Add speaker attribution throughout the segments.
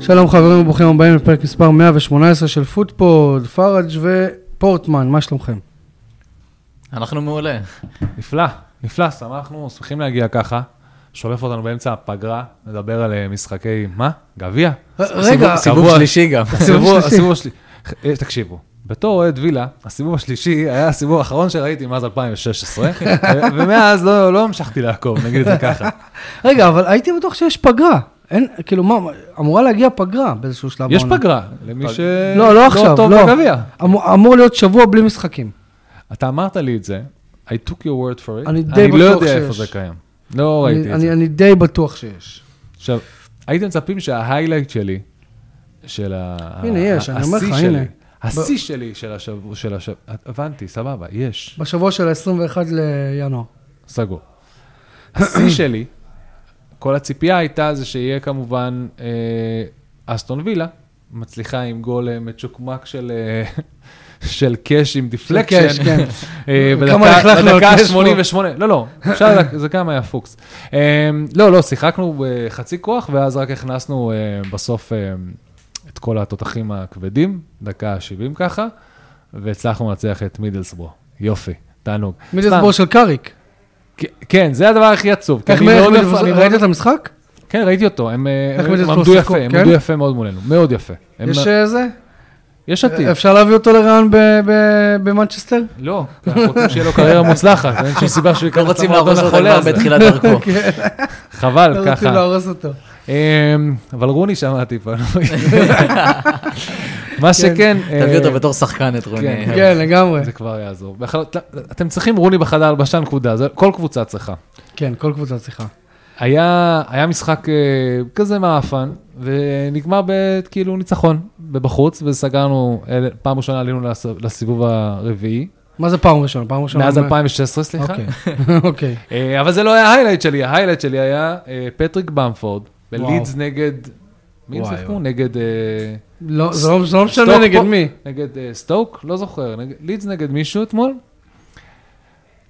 Speaker 1: שלום חברים וברוכים הבאים לפרק מספר 118 של פודפוד, פראג' ופורטמן, מה שלומכם?
Speaker 2: אנחנו מעולה.
Speaker 3: נפלא, נפלא, שמחנו, שמחים להגיע ככה. שולף אותנו באמצע הפגרה, נדבר על אה, משחקי, מה? גביע?
Speaker 1: רגע,
Speaker 2: סיבוב
Speaker 3: שבוע.
Speaker 2: שלישי גם.
Speaker 3: הסיבוב הסיבוב השלישי. אה, תקשיבו, בתור אוהד וילה, הסיבוב השלישי היה הסיבוב האחרון שראיתי מאז 2016, ו- ומאז לא לא המשכתי לעקוב, נגיד את זה ככה.
Speaker 1: רגע, אבל הייתי בטוח שיש פגרה. אין, כאילו, מה, אמורה להגיע פגרה באיזשהו שלב.
Speaker 3: יש
Speaker 1: העונה.
Speaker 3: פגרה, למי ש...
Speaker 1: לא, לא עכשיו,
Speaker 3: טוב
Speaker 1: לא.
Speaker 3: בגביע.
Speaker 1: אמור, אמור להיות שבוע בלי משחקים.
Speaker 3: אתה אמרת לי את זה, I took your word for it,
Speaker 1: אני די
Speaker 3: אני לא
Speaker 1: בטוח
Speaker 3: יודע איפה
Speaker 1: שיש.
Speaker 3: זה קיים. לא ראיתי את
Speaker 1: אני,
Speaker 3: זה.
Speaker 1: אני, אני די בטוח שיש.
Speaker 3: עכשיו, הייתם מצפים שההיילייט שלי, של ה...
Speaker 1: הנה,
Speaker 3: ה-
Speaker 1: יש, אני אומר
Speaker 3: השיא
Speaker 1: לך,
Speaker 3: שלי,
Speaker 1: הנה.
Speaker 3: השיא שלי של השבוע, של השבוע, הבנתי, סבבה, יש,
Speaker 1: בשבוע של ה-21 לינואר.
Speaker 3: סגור. השיא שלי, כל הציפייה הייתה זה שיהיה כמובן אה, אסטון וילה, מצליחה עם גול אה, מצ'וקמק של... אה, של קאש עם דיפלקשן.
Speaker 1: קאש, כן.
Speaker 3: אה,
Speaker 1: כמה
Speaker 3: בדקה-
Speaker 1: לכלכנו על
Speaker 3: בדקה
Speaker 1: קאש פה.
Speaker 3: ה-88, לא, לא, אפשר, לק- זה גם היה פוקס. אה, לא, לא, שיחקנו בחצי כוח, ואז רק הכנסנו אה, בסוף אה, את כל התותחים הכבדים, דקה ה-70 ככה, והצלחנו לנצח את מידלסבורו. יופי, תענוג.
Speaker 1: מי זה הסבור של קאריק?
Speaker 3: כן, כן, זה הדבר הכי עצוב. כי
Speaker 1: איך
Speaker 3: אני מאוד
Speaker 1: מלך
Speaker 3: מפ- אני מאוד-
Speaker 1: ראית את המשחק?
Speaker 3: כן, ראיתי אותו, הם אה,
Speaker 1: איך
Speaker 3: הם
Speaker 1: מידלסבורו
Speaker 3: עמדו
Speaker 1: שיחקו,
Speaker 3: יפה, הם
Speaker 1: כן?
Speaker 3: עמדו יפה מאוד מולנו, מאוד יפה. הם- לא-
Speaker 1: יש אה, זה?
Speaker 3: יש עתיד.
Speaker 1: אפשר להביא אותו לרעיון ב- ב- במנצ'סטר?
Speaker 3: לא, אנחנו רוצים שיהיה לו קריירה מוצלחת, אין שום סיבה שהוא ייקח
Speaker 2: לא
Speaker 3: את
Speaker 2: רוצים
Speaker 3: המועדון
Speaker 2: להרוס אותו
Speaker 3: החולה
Speaker 2: כבר
Speaker 3: הזה.
Speaker 2: בתחילת דרכו.
Speaker 1: כן,
Speaker 3: חבל,
Speaker 1: לא רוצים
Speaker 3: ככה.
Speaker 1: להרוס אותו.
Speaker 3: אמ, אבל רוני שמע טיפה. מה שכן...
Speaker 2: כן. תביא אותו
Speaker 3: אה,
Speaker 2: בתור שחקן את רוני. אה,
Speaker 3: כן.
Speaker 1: כן, לגמרי.
Speaker 3: זה כבר יעזור. בהחלט- אתם צריכים רוני בחדר הלבשה, נקודה. זה- כל קבוצה צריכה.
Speaker 1: כן, כל קבוצה צריכה.
Speaker 3: היה, היה משחק אה, כזה מעפן, ונגמר בכאילו ניצחון בחוץ, וסגרנו, אל- פעם ראשונה עלינו לס- לסיבוב הרביעי,
Speaker 1: מה זה פעם ראשונה? פעם ראשונה?
Speaker 3: מאז
Speaker 1: מה-
Speaker 3: 2016, סליחה.
Speaker 1: אוקיי, אוקיי.
Speaker 3: אה, אבל זה לא היה ההיילייט שלי, ההיילייט שלי היה אה, פטריק במפורד, בלידס נגד, מי הם
Speaker 1: וואי,
Speaker 3: שיחקו?
Speaker 1: וואי.
Speaker 3: נגד... אה,
Speaker 1: לא, זה לא- זה לא משנה
Speaker 3: סטוק
Speaker 1: נגד
Speaker 3: פה?
Speaker 1: מי.
Speaker 3: נגד אה, סטוק? לא זוכר. נגד- לידס נגד מישהו אתמול?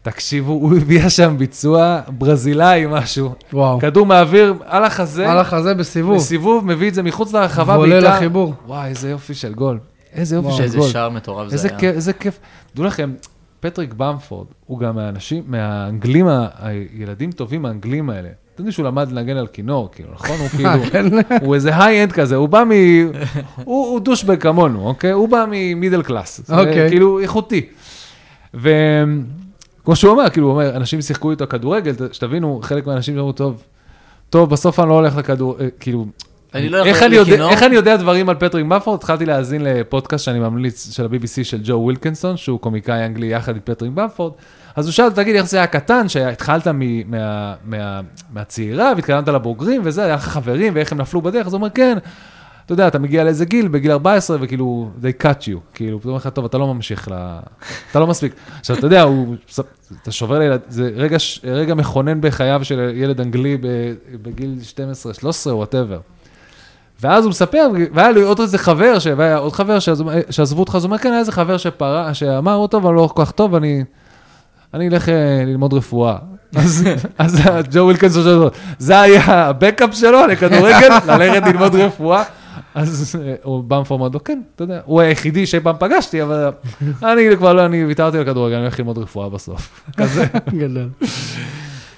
Speaker 3: תקשיבו, הוא הביא שם ביצוע ברזילאי משהו.
Speaker 1: וואו.
Speaker 3: כדור מהאוויר על החזה.
Speaker 1: על החזה בסיבוב.
Speaker 3: בסיבוב, מביא את זה מחוץ לרחבה,
Speaker 1: ועולה
Speaker 3: בעיטה.
Speaker 1: לחיבור.
Speaker 3: וואי, איזה יופי של גול. איזה יופי
Speaker 1: וואו.
Speaker 3: של
Speaker 2: איזה
Speaker 3: גול.
Speaker 2: שער מטורף זה
Speaker 3: איזה
Speaker 2: היה.
Speaker 3: כיף- איזה כיף. תדעו לכם, פטריק במפורד הוא גם מהאנשים, מהאנגלים, ה- הילדים טובים האנגלים האלה. אתם יודעים שהוא למד לנגן על כינור, כאילו, נכון? הוא כאילו, הוא איזה היי-אנד כזה, הוא בא מ... הוא הוא דושבג כמונו, אוקיי? הוא בא ממידל קלאס. זה
Speaker 1: אוקיי.
Speaker 3: כאילו, איכותי. וכמו שהוא אומר, כאילו, הוא אומר, אנשים שיחקו איתו כדורגל, שתבינו, חלק מהאנשים אמרו, טוב, טוב, בסוף אני לא הולך לכדור, אה, כאילו,
Speaker 2: אני לא יכול
Speaker 3: איך אני יודע-
Speaker 2: לכינור.
Speaker 3: איך אני יודע דברים על פטריק במפורד? התחלתי להאזין לפודקאסט שאני ממליץ, של ה-BBC של ג'ו ווילקינסון, שהוא קומיקאי אנגלי יחד עם פטריק במפורד. אז הוא שאל, אותו, תגיד, איך זה היה קטן, שהתחלת מ- מה- מה- מהצעירה והתקדמת לבוגרים וזה, היה לך חברים ואיך הם נפלו בדרך? אז הוא אומר, כן. אתה יודע, אתה מגיע לאיזה גיל, בגיל 14, וכאילו, they cut you. כאילו, פתאום אומר לך, טוב, אתה לא ממשיך ל... אתה לא מספיק. עכשיו, אתה יודע, הוא... אתה שובר לילד, זה רגע, ש- רגע מכונן בחייו של ילד אנגלי ב- בגיל 12, 13, וואטאבר. ואז הוא מספר, והיה לי עוד איזה חבר, ש- והיה עוד חבר שעזב- שעזבו אותך, אז הוא אומר, כן, היה איזה חבר שפרה, שאמר, הוא טוב, אבל לא כל כך טוב, אני, אני אלך אה, ללמוד רפואה. אז, אז ג'ו ווילקנסון שלו, זה היה הבקאפ שלו לכדורגל, ללכת ללמוד רפואה. אז אה, הוא במפורט אמר לו, כן, אתה יודע, הוא היחידי שאי פעם פגשתי, אבל אני כבר לא, אני ויתרתי על כדורגל, אני הולך ללמוד רפואה בסוף.
Speaker 1: גדול.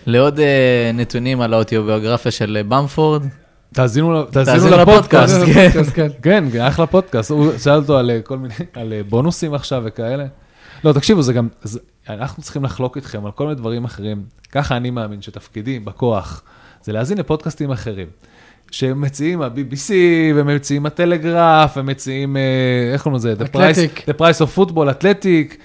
Speaker 2: לעוד אה, נתונים על האוטיוביוגרפיה של אה, במפורד,
Speaker 3: תאזינו ל-
Speaker 2: תאזינו לפודקאסט. אז כן.
Speaker 1: אז כן.
Speaker 3: כן, כן, אחלה פודקאסט. הוא שאל אותו על אה, כל מיני, על אה, בונוסים עכשיו וכאלה. לא, תקשיבו, זה גם, זה, אנחנו צריכים לחלוק איתכם על כל מיני דברים אחרים. ככה אני מאמין שתפקידי בכוח זה להאזין לפודקאסטים אחרים. שמציעים ה-BBC, ומציעים הטלגרף, ומציעים, אה, איך קוראים לזה? The
Speaker 1: Athletic.
Speaker 3: Price- The Price of Football, אתלטיק,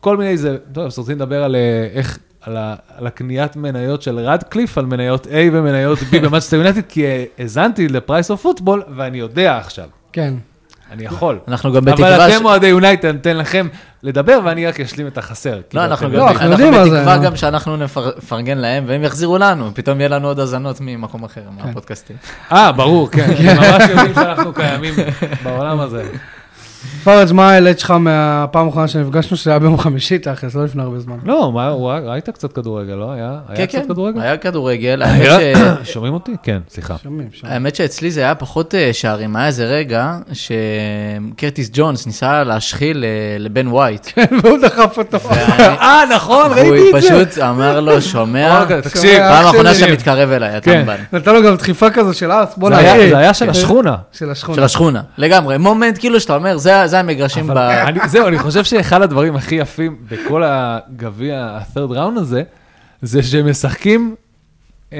Speaker 3: כל מיני זה. טוב, אז רוצים לדבר על אה, איך, על, ה, על הקניית מניות של רדקליף, על מניות A ומניות B במאצ'סטר יונטית, כי אה, האזנתי ל-Price of Football, ואני יודע עכשיו.
Speaker 1: כן.
Speaker 3: אני יכול.
Speaker 2: אנחנו גם
Speaker 3: אבל
Speaker 2: בתקווה... ש-
Speaker 3: אתם אוהדי יונייטד, נותן לכם לדבר, ואני רק אשלים את החסר. כאילו,
Speaker 2: לא, אנחנו
Speaker 3: אתם
Speaker 2: גם
Speaker 1: לא,
Speaker 3: יודעים.
Speaker 1: אנחנו יודעים מה זה.
Speaker 2: בתקווה גם שאנחנו נפר- נפרגן להם, והם יחזירו לנו, פתאום יהיה לנו עוד האזנות ממקום
Speaker 3: כן.
Speaker 2: אחר, מהפודקאסטים. כן.
Speaker 3: אה, ברור, כן. אתם ממש יודעים שאנחנו קיימים בעולם הזה.
Speaker 1: פרג', מה העלית שלך מהפעם האחרונה שנפגשנו, שזה היה ביום חמישי תכלס, לא לפני הרבה זמן.
Speaker 3: לא, מה, הוא היה- ראית קצת כדורגל, לא? היה היה
Speaker 2: כן, כן,
Speaker 3: קצת כדורגל?
Speaker 2: היה כדורגל. האמת ש-
Speaker 3: שומעים אותי? כן, סליחה.
Speaker 1: שומעים, שומעים.
Speaker 2: האמת שאצלי זה היה פחות אה, שערים, היה איזה רגע שקרטיס ג'ונס ניסה להשחיל אה, לבן וייט.
Speaker 1: והוא דחף אותו.
Speaker 3: אה, נכון,
Speaker 2: והוא פשוט אמר לו, שומע?
Speaker 3: אוקיי, תקשיב,
Speaker 2: פעם
Speaker 1: אח
Speaker 2: האחרונה
Speaker 1: שלי."
Speaker 2: שאתה מתקרב אליי, אתה
Speaker 3: כן.
Speaker 2: מבן.
Speaker 1: נתן לו גם דחיפה כזו של אס, בוא
Speaker 3: זה היה-
Speaker 1: נגיד.
Speaker 3: זה
Speaker 2: אה,
Speaker 3: היה של השכונה.
Speaker 1: של השכונה.
Speaker 2: של השכונה, לגמרי. מומנט כאילו שאתה אומר, זה זה המגרשים ב...
Speaker 3: אבל אני- זהו, אני חושב שאחד הדברים הכי יפים בכל הגביע, ה-third round הזה, זה שהם משחקים, אה,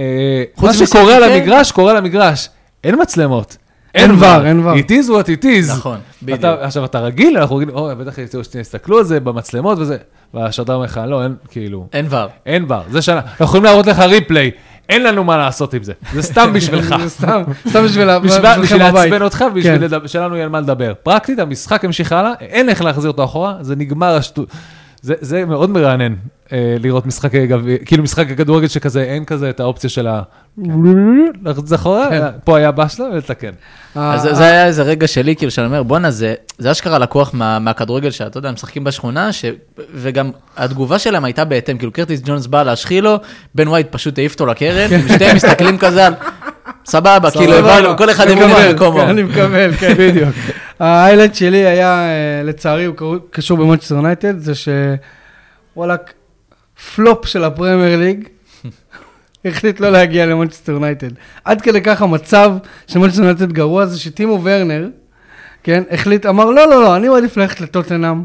Speaker 3: מה
Speaker 2: חוץ
Speaker 3: שקורה על
Speaker 2: מסיטי, כן.
Speaker 3: המגרש, קורה על המגרש. אין מצלמות.
Speaker 1: אין ור, אין ור.
Speaker 3: It is what it is.
Speaker 2: נכון,
Speaker 3: בדיוק.
Speaker 2: בדיוק.
Speaker 3: עכשיו, אתה רגיל, אנחנו רגילים, אוי, בטח יצאו שנייה, יסתכלו על זה במצלמות וזה. והשדר אומר לך, לא, אין, כאילו,
Speaker 2: אין ור.
Speaker 3: אין ור. זה שנה, אנחנו יכולים להראות לך ריפליי, אין לנו מה לעשות עם זה. זה סתם בשבילך.
Speaker 1: זה סתם, סתם בשביל ה-
Speaker 3: בשביל בשביל
Speaker 1: בשבילכם
Speaker 3: לעצבן
Speaker 1: בבית.
Speaker 3: אותך
Speaker 1: כן.
Speaker 3: ובשביל לדבר- שלנו יהיה על מה לדבר. פרקטית, המשחק המשיך הלאה, אין איך להחזיר אותו אחורה, זה נגמר השטות. זה- זה מאוד מרענן אה, לראות משחקי גביע, כאילו משחק כדורגל שכזה, אין כזה את האופציה של ה... להחזיר אחורה,
Speaker 1: כן.
Speaker 3: פה היה בשלה ולתקן.
Speaker 1: אה,
Speaker 2: אז זה- זה היה איזה רגע שלי, כאילו, שאני אומר, בואנה, זה זה אשכרה לקוח מה- מהכדורגל שאתה יודע, הם משחקים בשכונה, ש- וגם התגובה שלהם הייתה בהתאם, כאילו, קרטיס ג'ונס בא להשחיל לו, בן וייט פשוט העיף אותו לקרן, הם שניהם מסתכלים כזה על... סבבה, כאילו, הבנו, כל אחד
Speaker 1: אני
Speaker 2: הבין
Speaker 1: מקבל,
Speaker 2: במקומו.
Speaker 1: כן, אני מקבל, כן. בדיוק. האיילנד שלי היה, אה, לצערי, הוא קרו- קשור במונצ'סטר יונייטד, זה ש... וואלכ, פלופ של הפרמייר ליג, החליט לא להגיע למונצ'סטר יונייטד. עד כדי כך המצב של מונצ'סטר יונייטד גרוע זה שטימו ורנר, כן, החליט, אמר, לא, לא, לא, אני מעדיף ללכת לטוטנאם.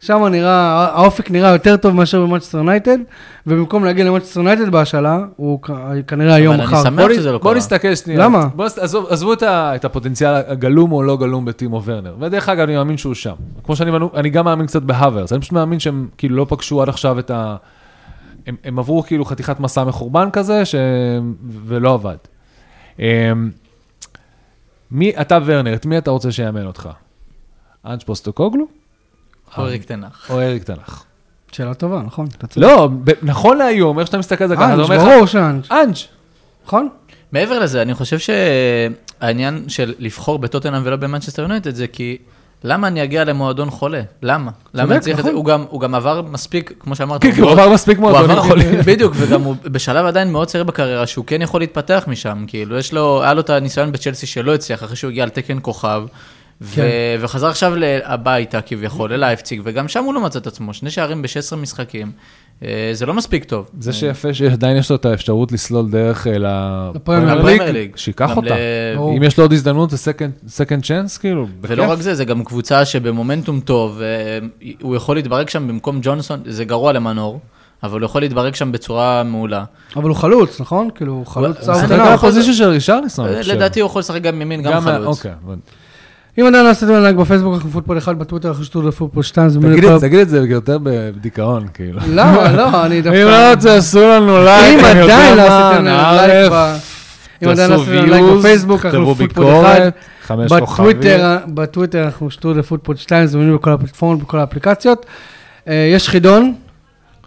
Speaker 1: שם נראה, האופק נראה יותר טוב מאשר במונצ'סטר יונייטד, ובמקום להגיע למונצ'סטר יונייטד בהשאלה, הוא כ- כנראה היום
Speaker 2: אני
Speaker 1: מחר.
Speaker 2: שמח
Speaker 3: בוא נ-
Speaker 2: שזה לא
Speaker 3: בוא
Speaker 2: קרה.
Speaker 3: נסתכל שנייה.
Speaker 1: למה?
Speaker 3: בוא נס- עזוב- עזבו את ה- את הפוטנציאל הגלום או לא גלום בטימו ורנר. ודרך אגב, אני מאמין שהוא שם. כמו שאני מאמין- אני גם מאמין קצת בהאוורס. אני פשוט מאמין שהם כאילו לא פגשו עד עכשיו את ה... הם, הם עברו כאילו חתיכת מסע מחורבן כזה, ש... ולא עבד. אמ, מי, אתה ורנר, את מי אתה רוצה שיאמן אותך? אנג' פוסטוקוגלו
Speaker 2: אוריק תנח.
Speaker 3: או אריק תנח?
Speaker 1: שאלה טובה, נכון, אתה צודק.
Speaker 3: לא, ב- נכון להיום, איך שאתה מסתכל על זה ככה, אתה
Speaker 1: אנג',
Speaker 3: אומר לך,
Speaker 1: אה, ברור שאנג',
Speaker 3: אנג'.
Speaker 1: נכון?
Speaker 2: מעבר לזה, אני חושב שהעניין של לבחור בטוטנאם ולא במנצ'סטר יונייטד זה כי... למה אני אגיע למועדון חולה? למה? למה אני צריך את זה?
Speaker 3: נכון.
Speaker 2: הוא גם- הוא גם עבר מספיק, כמו שאמרת,
Speaker 3: כן, כן, הוא עבר מספיק
Speaker 2: הוא
Speaker 3: מועדונים
Speaker 2: עבר-
Speaker 3: חולים.
Speaker 2: בדיוק, וגם הוא בשלב עדיין מאוד צעיר בקריירה, שהוא כן יכול להתפתח משם, כאילו, יש לו, היה לו את הניסיון בצ'לסי שלא הצליח, אחרי שהוא הגיע על תקן כוכב,
Speaker 3: כן.
Speaker 2: ו- וחזר עכשיו ל- הביתה כביכול, ללייפציג, וגם שם הוא לא מצא את עצמו, שני שערים ב-16 משחקים, אה, זה לא מספיק טוב.
Speaker 3: זה שיפה שעדיין יש לו את האפשרות לסלול דרך אה, ל-
Speaker 1: לפרמייר
Speaker 3: לפרמייר
Speaker 2: ליג.
Speaker 3: ליג, שייקח
Speaker 2: גם
Speaker 3: אותה.
Speaker 2: ל-
Speaker 1: ברור.
Speaker 3: אם יש לו עוד הזדמנות, זה second- second chance, כאילו,
Speaker 2: ולא
Speaker 3: בכיף.
Speaker 2: רק זה, זה גם קבוצה שבמומנטום טוב, אה, הוא יכול להתברג שם במקום ג'ונסון, זה גרוע למנור, אבל הוא יכול להתברג שם בצורה מעולה.
Speaker 1: אבל הוא חלוץ, נכון? כאילו, הוא חלוץ
Speaker 2: הוא
Speaker 1: צהוב
Speaker 3: משחק
Speaker 2: שחקן
Speaker 1: קטן.
Speaker 3: על הפוזיציה של רישרליסון, לא, אני חושב.
Speaker 2: לא, אה, לדעתי הוא יכול לשחק גם ימין, גם
Speaker 3: ה-
Speaker 2: חלוץ.
Speaker 3: אוקיי, הבנתי.
Speaker 1: אם עדיין לא עשיתם לנהג בפייסבוק, אנחנו פוטפול אחד, בטוויטר אנחנו שטור לפוטפול שתיים, זה
Speaker 3: תגיד
Speaker 1: מיני
Speaker 3: את- תגיד את זה יותר בדיכאון, כאילו.
Speaker 1: למה? לא, אני
Speaker 3: אם לא,
Speaker 1: דווקא...
Speaker 3: תעשו לנו
Speaker 1: אם
Speaker 3: לייק, אני
Speaker 1: עדיין לא
Speaker 3: יודע מה,
Speaker 1: עשיתם לנו לייק
Speaker 3: נערף,
Speaker 1: ב- אם עדיין לא
Speaker 3: תעשו
Speaker 1: עשיתם לנו לייק
Speaker 3: views,
Speaker 1: בפייסבוק, אנחנו
Speaker 3: תכתבו
Speaker 1: פוטפול אחד.
Speaker 3: ביקורת, חמש כוכבים.
Speaker 1: בטוויטר, בטוויטר אנחנו שטור לפוטפול שתיים, זמינים בכל הפלטפורמות, בכל האפליקציות. אה, יש חידון.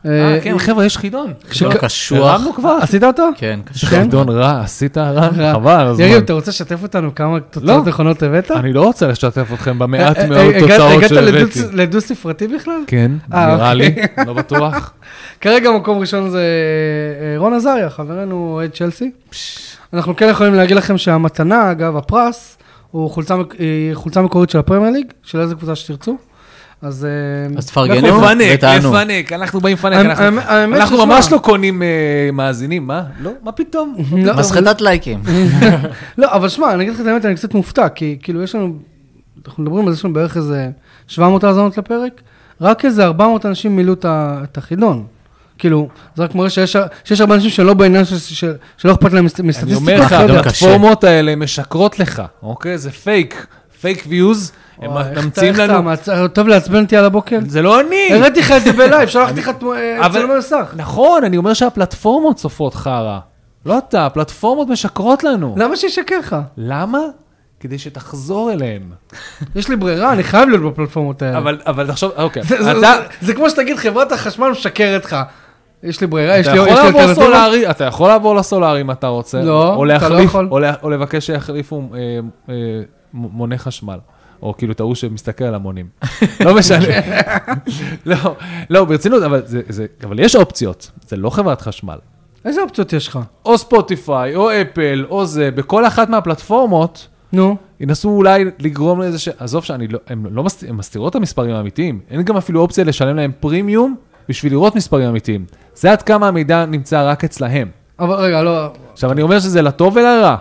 Speaker 1: אה,
Speaker 3: אה, כן, חבר'ה, יש חידון.
Speaker 1: ש-
Speaker 2: לא, קשוח.
Speaker 3: הרמנו כבר?
Speaker 1: עשית אותו?
Speaker 2: כן, קשוח.
Speaker 1: כן?
Speaker 3: חידון רע, עשית רע?
Speaker 1: רע.
Speaker 3: חבל, הזמן. לא.
Speaker 1: יריב, אתה רוצה לשתף אותנו כמה תוצאות נכונות הבאת?
Speaker 3: אני לא רוצה לשתף אתכם במעט
Speaker 1: אה, אה,
Speaker 3: מאוד
Speaker 1: הגעת-
Speaker 3: תוצאות
Speaker 1: הגעת
Speaker 3: שהבאתי.
Speaker 1: לדו- לדו-ספרתי בכלל?
Speaker 3: כן,
Speaker 1: אה,
Speaker 3: נראה לי,
Speaker 1: אוקיי.
Speaker 3: לא בטוח.
Speaker 1: כרגע מקום ראשון זה אה, רון עזריה, חברנו אוהד צ'לסי. אנחנו כן יכולים להגיד לכם שהמתנה, אגב, הפרס, הוא חולצה, מק- אה, חולצה מקורית של הפרמייר ליג, של איזה קבוצה שתרצו. אז... אה,
Speaker 2: אז תפרגנו.
Speaker 1: לכו-
Speaker 3: לפנק,
Speaker 2: ותענו.
Speaker 3: לפנק, אנחנו באים לפנק,
Speaker 1: האמת-
Speaker 3: אנחנו-
Speaker 1: האמת- האמת
Speaker 3: אנחנו
Speaker 1: ששמע.
Speaker 3: ממש לא קונים אה, מאזינים, מה? לא, מה פתאום?
Speaker 1: לא,
Speaker 2: מסחטת לייקים.
Speaker 1: לא, אבל שמע, אני אגיד לך את האמת, אני קצת מופתע, כי כאילו יש לנו, אנחנו מדברים על זה שיש לנו בערך איזה 700 האזנות לפרק, רק איזה 400 אנשים מילאו את ה- את החידון. כאילו, זה רק מראה שיש, שיש הרבה אנשים שלא בעניין, של, של, שלא אכפת להם מסט-
Speaker 3: אני
Speaker 1: מסטטיסטיקה.
Speaker 3: אומר לך,
Speaker 1: אחרת.
Speaker 2: אדון
Speaker 3: הפלטפורמות האלה משקרות לך, אוקיי? זה פייק, פייק ויוז, הם
Speaker 1: וואי, איך
Speaker 3: ממציאים
Speaker 1: אתה- איך
Speaker 3: לנו,
Speaker 1: אתה מעצ- טוב לעצבן אותי על הבוקר?
Speaker 3: זה לא אני!
Speaker 1: הראיתי לך את זה בלייב, שלחתי לך תמו- אה,
Speaker 3: אבל-
Speaker 1: צילומי מסך.
Speaker 3: נכון, אני אומר שהפלטפורמות צופות חרא. לא אתה, הפלטפורמות משקרות לנו.
Speaker 1: למה שישקר לך?
Speaker 3: למה? כדי שתחזור אליהן.
Speaker 1: יש לי ברירה, אני חייב להיות בפלטפורמות האלה.
Speaker 3: אבל אבל תחשוב, אוקיי,
Speaker 1: זה- זה-
Speaker 3: אתה...
Speaker 1: זה- זה כמו שתגיד, חברת החשמל משקרת לך. יש לי ברירה, יש
Speaker 3: אתה
Speaker 1: לי יש לי
Speaker 3: יכול לעבור
Speaker 1: אלטרנטיבה.
Speaker 3: סולארי, אתה יכול לעבור לסולארי אם אתה רוצה.
Speaker 1: לא,
Speaker 3: או
Speaker 1: אתה לא
Speaker 3: להחליף-
Speaker 1: יכול.
Speaker 3: או לה- או לבקש שיחליפו אה, אה, מונה חשמל. או כאילו את ההוא שמסתכל על המונים. לא משנה. לא, לא, ברצינות, אבל, זה, זה, אבל יש אופציות, זה לא חברת חשמל.
Speaker 1: איזה אופציות יש לך?
Speaker 3: או ספוטיפיי, או אפל, או זה, בכל אחת מהפלטפורמות,
Speaker 1: נו,
Speaker 3: ינסו אולי לגרום לזה ש... עזוב שאני לא... הם לא מסת... הם מסתירות את המספרים האמיתיים. אין גם אפילו אופציה לשלם להם פרימיום בשביל לראות מספרים אמיתיים. זה עד כמה המידע נמצא רק אצלהם.
Speaker 1: אבל רגע, לא...
Speaker 3: עכשיו, אני אומר שזה לטוב ולרע,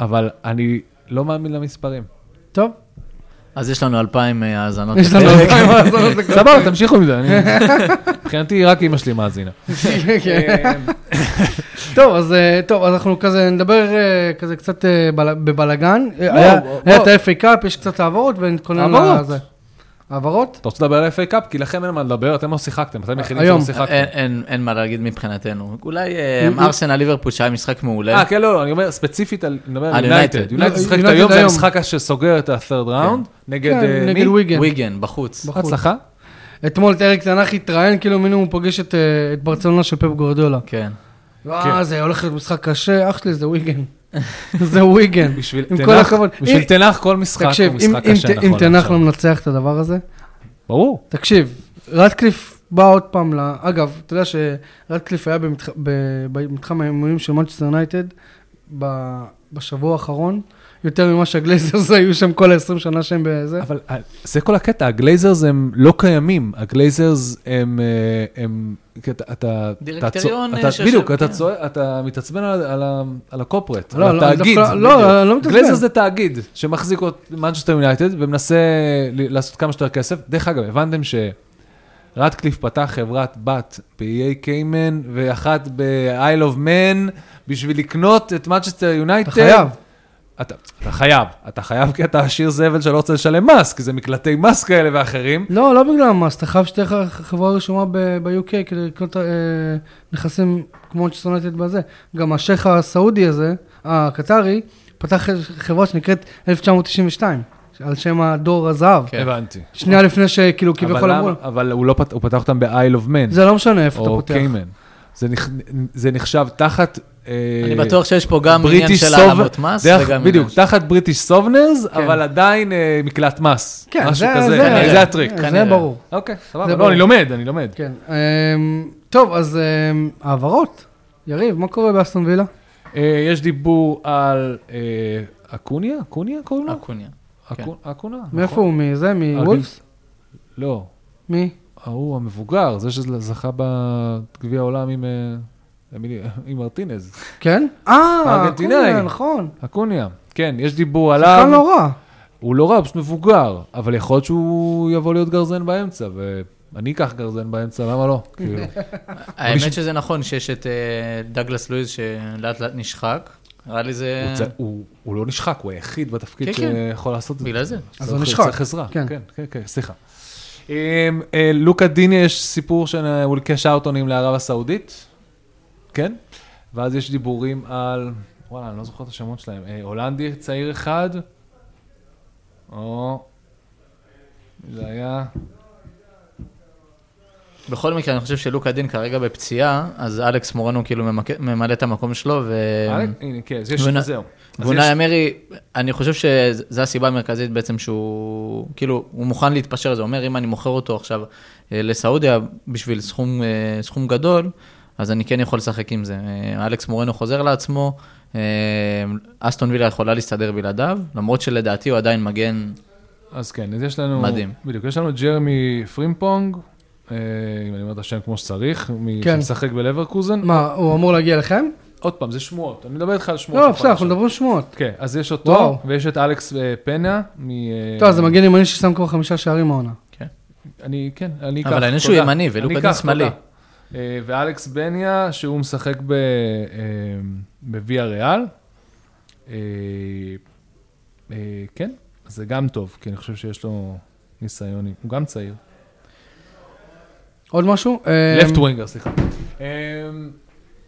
Speaker 3: אבל אני לא מאמין למספרים.
Speaker 1: טוב,
Speaker 2: אז יש לנו 2,000 האזנות.
Speaker 1: יש לנו...
Speaker 3: כן.
Speaker 2: לפרק.
Speaker 3: סבבה, תמשיכו עם זה. אני- מבחינתי, רק אימא שלי מאזינה.
Speaker 1: כן. טוב, אז אה, טוב, אז אנחנו כזה נדבר אה, כזה קצת אה, בל- בבלגן. אה, היה
Speaker 3: בוא.
Speaker 1: היה את ה-FA קאפ, יש קצת העברות, ונתכונן
Speaker 3: העברות.
Speaker 1: לזה. העברות?
Speaker 3: אתה רוצה לדבר על ה-FA קאפ? כי לכם אין מה לדבר, אתם לא שיחקתם, אתם היחידים
Speaker 1: היום.
Speaker 3: שלא שיחקתם.
Speaker 2: אה, אין- אין- אין מה להגיד מבחינתנו. אולי אה, ארסנל ליברפול שהיה משחק מעולה.
Speaker 3: אה, כן, לא, לא, אני אומר ספציפית על... אני מדבר על
Speaker 2: על
Speaker 3: יונייטד.
Speaker 2: יונייטד.
Speaker 3: יונייטד
Speaker 1: לא,
Speaker 3: שיחקת
Speaker 1: יונייטד
Speaker 3: היום, זה
Speaker 1: היום.
Speaker 3: המשחק שסוגר את ה-third round, נגד
Speaker 1: כן,
Speaker 3: אה,
Speaker 1: נגד
Speaker 3: מי?
Speaker 1: וויגן.
Speaker 2: וויגן, בחוץ.
Speaker 1: בחוץ.
Speaker 3: הצלחה?
Speaker 1: אתמול את אריק תנח התראיין, כאילו מינימום הוא פוגש את אה, את ברצלונה של פפ גורדולה.
Speaker 2: כן.
Speaker 1: וואו, זה הולך להיות משחק קשה, אח שלי, זה וויגן. זה וויגן.
Speaker 3: בשביל
Speaker 1: עם כל
Speaker 3: תנח-
Speaker 1: הכבוד.
Speaker 3: בשביל
Speaker 1: אם-
Speaker 3: תנח כל משחק
Speaker 1: תקשיב,
Speaker 3: הוא
Speaker 1: אם-
Speaker 3: משחק
Speaker 1: אם
Speaker 3: קשה,
Speaker 1: ת-
Speaker 3: נכון.
Speaker 1: אם לא- תנח
Speaker 3: עכשיו.
Speaker 1: לא מנצח את הדבר הזה,
Speaker 3: ברור.
Speaker 1: תקשיב, רדקליף בא עוד פעם ל... אגב, אתה יודע שרדקליף היה במתח... ב... במתחם האימונים של מנצ'סטר יונייטד ב... בשבוע האחרון, יותר ממה שהגלייזרס היו שם כל ה-20 שנה שהם בזה.
Speaker 3: אבל אה, זה כל הקטע, הגלייזרס הם לא קיימים, הגלייזרס הם... אה, הם כי אתה- אתה...
Speaker 2: דירקטוריון,
Speaker 3: אתה-
Speaker 2: אה,
Speaker 3: בדיוק,
Speaker 2: שיושב-
Speaker 3: אתה
Speaker 2: כן.
Speaker 3: צועק, אתה מתעצבן על ה- על ה- על הקורפרט,
Speaker 1: לא,
Speaker 3: על
Speaker 1: לא,
Speaker 3: התאגיד.
Speaker 1: דווקא-
Speaker 3: בדיוק.
Speaker 1: לא, אני לא מתעצבן.
Speaker 3: גלייזרס זה תאגיד שמחזיק את מנצ'סטר יונייטד ומנסה ל- לעשות כמה שיותר כסף. דרך אגב, הבנתם שרטקליף פתח חברת בת ב-EA קיימן ואחת ב-Isle of Man בשביל לקנות את מנצ'סטר יונייטד.
Speaker 1: אתה חייב.
Speaker 3: אתה, אתה חייב, אתה חייב כי אתה עשיר זבל שלא רוצה לשלם מס, כי זה מקלטי מס כאלה ואחרים.
Speaker 1: לא, לא בגלל המס, אתה חייב שתהיה לך חברה רשומה ב- ב-UK כדי לקנות אה, נכסים כמו מנצ'סטר יונייטד בזה. גם השייח הסעודי הזה, הקטרי, פתח חברה שנקראת 1992, על שם הדור הזהב.
Speaker 2: כן.
Speaker 3: הבנתי.
Speaker 1: שנייה לפני שכאילו
Speaker 3: אבל
Speaker 1: כביכול
Speaker 3: למה-
Speaker 1: אמרו... לו.
Speaker 3: אבל הוא, לא פת... הוא פתח אותם ב-Isle of Man,
Speaker 1: זה לא משנה איפה אתה
Speaker 3: או
Speaker 1: פותח.
Speaker 3: קיימן. זה, נכ... זה נחשב תחת... אה,
Speaker 2: אני בטוח שיש פה גם
Speaker 3: British
Speaker 2: עניין של
Speaker 3: Sov-
Speaker 2: העלמות מס,
Speaker 3: דרך-
Speaker 2: וגם
Speaker 3: בדיוק,
Speaker 2: עניין של-
Speaker 3: תחת בריטיש סובנרס,
Speaker 1: כן.
Speaker 3: אבל עדיין אה, מקלט מס.
Speaker 1: כן,
Speaker 3: משהו
Speaker 1: זה-
Speaker 3: כזה, אה,
Speaker 1: זה-
Speaker 3: זה הטריק.
Speaker 1: זה
Speaker 2: כנראה.
Speaker 1: ברור.
Speaker 3: אוקיי,
Speaker 1: זה
Speaker 3: סבבה. לא,
Speaker 1: ברור.
Speaker 3: אני לומד, אני לומד.
Speaker 1: כן. אמ, טוב, אז אמ, העברות. יריב, מה קורה באסטון וילה?
Speaker 3: אה, יש דיבור על אה, אקוניה? אקוניה קוראים לו?
Speaker 2: אקוניה. כן.
Speaker 3: אקו- אקונה?
Speaker 1: מאיפה
Speaker 3: נכון.
Speaker 1: הוא? מזה? מוולפס?
Speaker 3: לא.
Speaker 1: מי?
Speaker 3: ההוא המבוגר, זה שזכה בגביע העולם עם, אה, אמילי- עם מרטינז,
Speaker 1: כן? אה,
Speaker 3: הארגנטינאי.
Speaker 1: אקוניה, נכון.
Speaker 3: אקוניה. כן, יש דיבור עליו,
Speaker 1: שחקן לא רע.
Speaker 3: הוא לא רע, הוא פשוט מבוגר, אבל יכול להיות שהוא יבוא להיות גרזן באמצע, ואני אקח גרזן באמצע, למה לא? כאילו,
Speaker 2: האמת שזה נכון שיש את אה, דגלס לואיז שלאט לאט נשחק. נראה לי זה...
Speaker 3: הוא צ- הוא- הוא לא נשחק, הוא היחיד בתפקיד
Speaker 2: כן, כן.
Speaker 3: שיכול לעשות את זה.
Speaker 2: בגלל זה.
Speaker 1: אז הוא
Speaker 3: צריך-
Speaker 1: נשחק.
Speaker 3: צריך עזרה, כן,
Speaker 1: כן.
Speaker 3: כן, כן, סליחה. אמ, אה, לוקה דיניה, יש סיפור שהוא ביקש אאוטונים לערב הסעודית, כן? ואז יש דיבורים על, וואלה, אני לא זוכר את השמות שלהם, אה, הולנדי צעיר אחד, או... מי זה היה...
Speaker 2: בכל מקרה, אני חושב שלוקה דין כרגע בפציעה, אז אלכס מורנו כאילו ממק- ממלא את המקום שלו, ו...
Speaker 3: אלק? הנה, כן, אז יש,
Speaker 2: ונ-
Speaker 3: זהו. אז יש-
Speaker 2: ואונאי אמרי, אני חושב שזו הסיבה המרכזית בעצם שהוא, כאילו, הוא מוכן להתפשר, זה אומר, אם אני מוכר אותו עכשיו אה, לסעודיה בשביל סכום, אה, סכום גדול, אז אני כן יכול לשחק עם זה. אה, אלכס מורנו חוזר לעצמו, אה, אסטון וילה יכולה להסתדר בלעדיו, למרות שלדעתי הוא עדיין מגן,
Speaker 3: אז כן, אז יש לנו...
Speaker 2: מדהים.
Speaker 3: בדיוק, יש לנו את ג'רמי פרימפונג, אה, אם אני אומר את השם כמו שצריך, מי
Speaker 1: כן.
Speaker 3: שמשחק בלברקוזן.
Speaker 1: מה, הוא אמור להגיע לכם?
Speaker 3: עוד פעם, זה שמועות, אני מדבר איתך על שמועות.
Speaker 1: לא,
Speaker 3: הפעם
Speaker 1: בסדר, אנחנו
Speaker 3: עכשיו.
Speaker 1: מדברים שמועות.
Speaker 3: כן, אז יש אותו, וואו.
Speaker 1: וואו.
Speaker 3: ויש את אלכס אה, פנה, מ... אה,
Speaker 1: טוב, זה מגן ימני ששם כבר חמישה שערים העונה.
Speaker 3: אני, כן, אני אקח,
Speaker 2: אבל העניין שהוא
Speaker 3: תודה.
Speaker 2: ימני, ולוקה
Speaker 3: אני
Speaker 2: דין
Speaker 3: אקח,
Speaker 2: שמאלי.
Speaker 3: תודה. אה, ואלכס בניה, שהוא משחק ב... אה, בוויה ריאל. אה, אה, כן, אז זה גם טוב, כי אני חושב שיש לו ניסיון, עם- הוא גם צעיר.
Speaker 1: עוד משהו? אמ,
Speaker 3: לפט ווינגר, סליחה. אמ,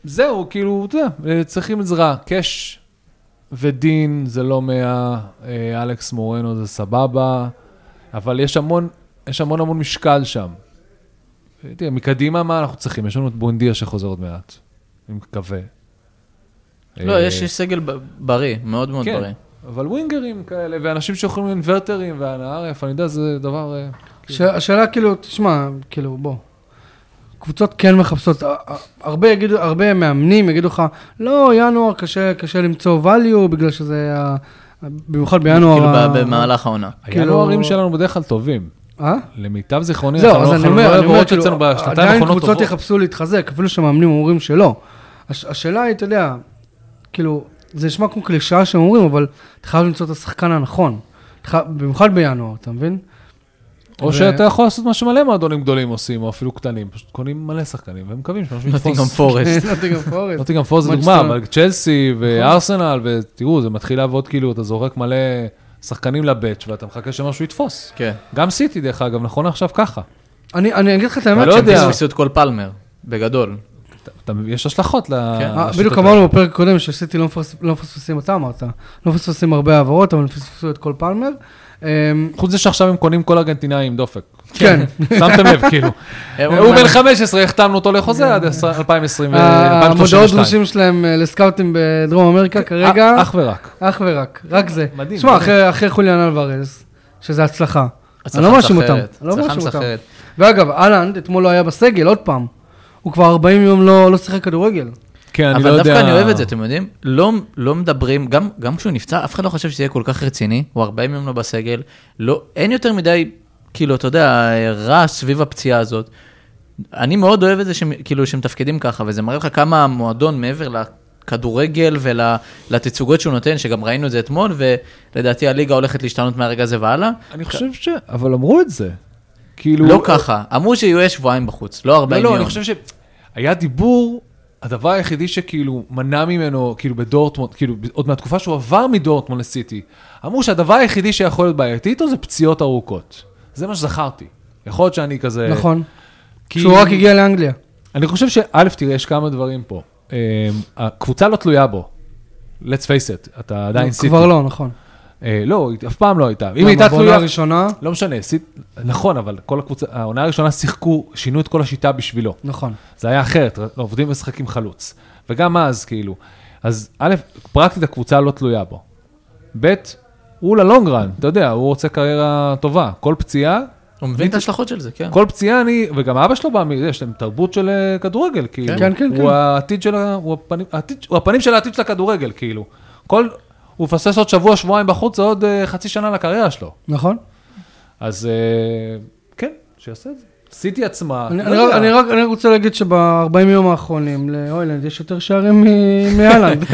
Speaker 3: זהו, כאילו, אתה יודע, צריכים עזרה. קאש ודין זה לא מאה, אה, אלכס מורנו זה סבבה, אבל יש המון, יש המון המון משקל שם. תראה, מקדימה מה אנחנו צריכים? יש לנו את בונדיה שחוזר עוד מעט, אני מקווה.
Speaker 2: לא,
Speaker 3: אה,
Speaker 1: לא,
Speaker 2: יש יש לא, סגל ב- בריא, מאוד מאוד
Speaker 3: כן.
Speaker 2: בריא.
Speaker 3: אבל ווינגרים כאלה, ואנשים שאוכלים אינוורטרים, והנערף, אני יודע, זה דבר... אה,
Speaker 1: ש- השאלה כאילו, תשמע, כאילו, בוא. קבוצות כן מחפשות, ה- ה- הרבה יגידו, הרבה מאמנים יגידו לך, לא, ינואר קשה, קשה למצוא value, בגלל שזה, ה- במיוחד בינואר.
Speaker 2: כאילו
Speaker 1: ה-
Speaker 2: ב- במהלך העונה.
Speaker 1: כאילו-
Speaker 3: הינוארים שלנו בדרך כלל טובים.
Speaker 1: אה?
Speaker 3: למיטב זיכרוני, לא
Speaker 1: זהו, אז אני אומר, אני אומר,
Speaker 3: העברות
Speaker 1: כאילו,
Speaker 3: אצלנו בשנתיים
Speaker 1: עדיין
Speaker 3: האחרונות
Speaker 1: קבוצות
Speaker 3: טובות.
Speaker 1: יחפשו להתחזק, אפילו שמאמנים אומרים שלא. הש- השאלה היא, אתה יודע, כאילו, זה נשמע כמו קלישאה שהם אומרים, אבל אתה חייב למצוא את השחקן הנכון. אתה חייב- במיוחד בינואר, אתה מבין?
Speaker 3: או שאתה יכול לעשות מה שמלא מועדונים גדולים עושים, או אפילו קטנים, פשוט קונים מלא שחקנים, והם מקווים שמשהו
Speaker 2: נוטינגאם
Speaker 3: יתפוס.
Speaker 2: פורסט.
Speaker 1: נוטינגהאם פורסט.
Speaker 3: נוטינגאם פורס זה
Speaker 1: מנצ'סטר. נכון.
Speaker 3: דוגמה, אבל צ'לסי וארסנל, ותראו, זה מתחיל לעבוד כאילו, אתה זורק מלא שחקנים לבאץ' ואתה מחכה שמשהו יתפוס.
Speaker 2: כן.
Speaker 3: גם סיטי, דרך אגב, נכון עכשיו ככה.
Speaker 1: אני אני אגיד לך את האמת,
Speaker 3: אתה לא
Speaker 1: שאני-
Speaker 2: הם
Speaker 3: יודע.
Speaker 2: פספסו את כל פלמר, בגדול.
Speaker 3: אתה- יש השלכות ל...
Speaker 2: כן.
Speaker 1: אה,
Speaker 3: לשיטות
Speaker 1: בדיוק
Speaker 3: האלה.
Speaker 1: אמרנו בפרק הקודם שסיטי לא מפס- לא מפספסים, אתה אמרת, לא מפספסים הרבה העברות, אבל הם פספסו את כל פלמר. אמ,
Speaker 3: חוץ מזה שעכשיו הם קונים כל ארגנטינאים עם דופק.
Speaker 1: כן,
Speaker 3: שמתם לב, כאילו.
Speaker 2: הם-
Speaker 3: הוא בן 15, החתמנו אותו לחוזה עד 2020
Speaker 1: כן. אה, המודעות
Speaker 3: 2032.
Speaker 1: דרושים שלהם אה, לסקאוטים בדרום אמריקה כרגע,
Speaker 3: אה, אך ורק.
Speaker 1: אך ורק, רק זה.
Speaker 3: מדהים,
Speaker 1: שמע,
Speaker 3: מדהים.
Speaker 1: אחרי- אחרי חוליאן אלוורז, שזה הצלחה.
Speaker 2: הצלחה
Speaker 1: אני לא מאשים
Speaker 2: מסחררת,
Speaker 1: אותם, אני לא
Speaker 2: הצלחה
Speaker 1: מאשים אותם.
Speaker 2: מסחררת.
Speaker 1: ואגב, אהלנד אתמול לא היה בסגל, עוד פעם. הוא כבר 40 יום לא לא שיחק כדורגל.
Speaker 3: כן, אני לא
Speaker 2: אבל
Speaker 3: יודע...
Speaker 2: דווקא אני אוהב את זה, אתם יודעים? לא, לא מדברים, גם, גם כשהוא נפצע, אף אחד לא חשב שזה יהיה כל כך רציני, הוא 40 יום לא בסגל, לא, אין יותר מדי, כאילו, אתה יודע, רעש סביב הפציעה הזאת. אני מאוד אוהב את זה שהם, כאילו, שמתפקדים ככה, וזה מראה לך כמה המועדון מעבר לכדורגל ולתצוגות שהוא נותן, שגם ראינו את זה אתמול, ולדעתי הליגה הולכת להשתנות מהרגע הזה והלאה.
Speaker 3: אני חושב ש... אבל אמרו את זה. כאילו...
Speaker 2: לא ככה, אמרו שיהיו שבועיים בחוץ, לא 40
Speaker 3: לא,
Speaker 2: יום.
Speaker 3: לא, אני חושב שהיה דיבור, הדבר היחידי שכאילו מנע ממנו, כאילו בדורטמונד, כאילו עוד מהתקופה שהוא עבר מדורטמונד לסיטי, אמרו שהדבר היחידי שיכול להיות בעייתי איתו זה פציעות ארוכות. זה מה שזכרתי. יכול להיות שאני כזה...
Speaker 1: נכון.
Speaker 3: אה, כי-
Speaker 1: כשהוא רק הגיע לאנגליה.
Speaker 3: אני חושב שא', תראה, יש כמה דברים פה. אמ, הקבוצה לא תלויה בו. let's face it, אתה עדיין סיטי.
Speaker 1: כבר לא, נכון.
Speaker 3: אה, לא, היא אף פעם לא הייתה. אם
Speaker 1: גם
Speaker 3: הייתה
Speaker 1: בעונה
Speaker 3: תלויה...
Speaker 1: הראשונה,
Speaker 3: לא משנה, סיט... נכון, אבל כל הקבוצה, העונה הראשונה שיחקו, שינו את כל השיטה בשבילו.
Speaker 1: נכון.
Speaker 3: זה היה אחרת, לא, עובדים משחק עם חלוץ. וגם אז, כאילו. אז א', פרקטית הקבוצה לא תלויה בו. ב', הוא ללונגרן, אתה יודע, הוא רוצה קריירה טובה. כל פציעה,
Speaker 2: הוא מבין את ההשלכות של זה, כן.
Speaker 3: כל פציעה אני, וגם אבא שלו בא, מ- יש להם תרבות של אה, כדורגל, כאילו.
Speaker 1: כן, כן, כן.
Speaker 3: הוא העתיד של ה... הוא הפנים, העתיד, הוא הפנים של העתיד של הכדורגל, כאילו. כל... הוא מפספס עוד שבוע, שבועיים בחוץ, זה עוד אה, חצי שנה לקריירה שלו.
Speaker 1: נכון.
Speaker 3: אז אה, כן, שיעשה את זה. סיטי עצמה,
Speaker 1: אני-
Speaker 3: לא
Speaker 1: אני
Speaker 3: יודע.
Speaker 1: רק- אני רק אני רק רוצה להגיד שב-40 יום האחרונים להוילנד יש יותר שערים מ- מאלנד.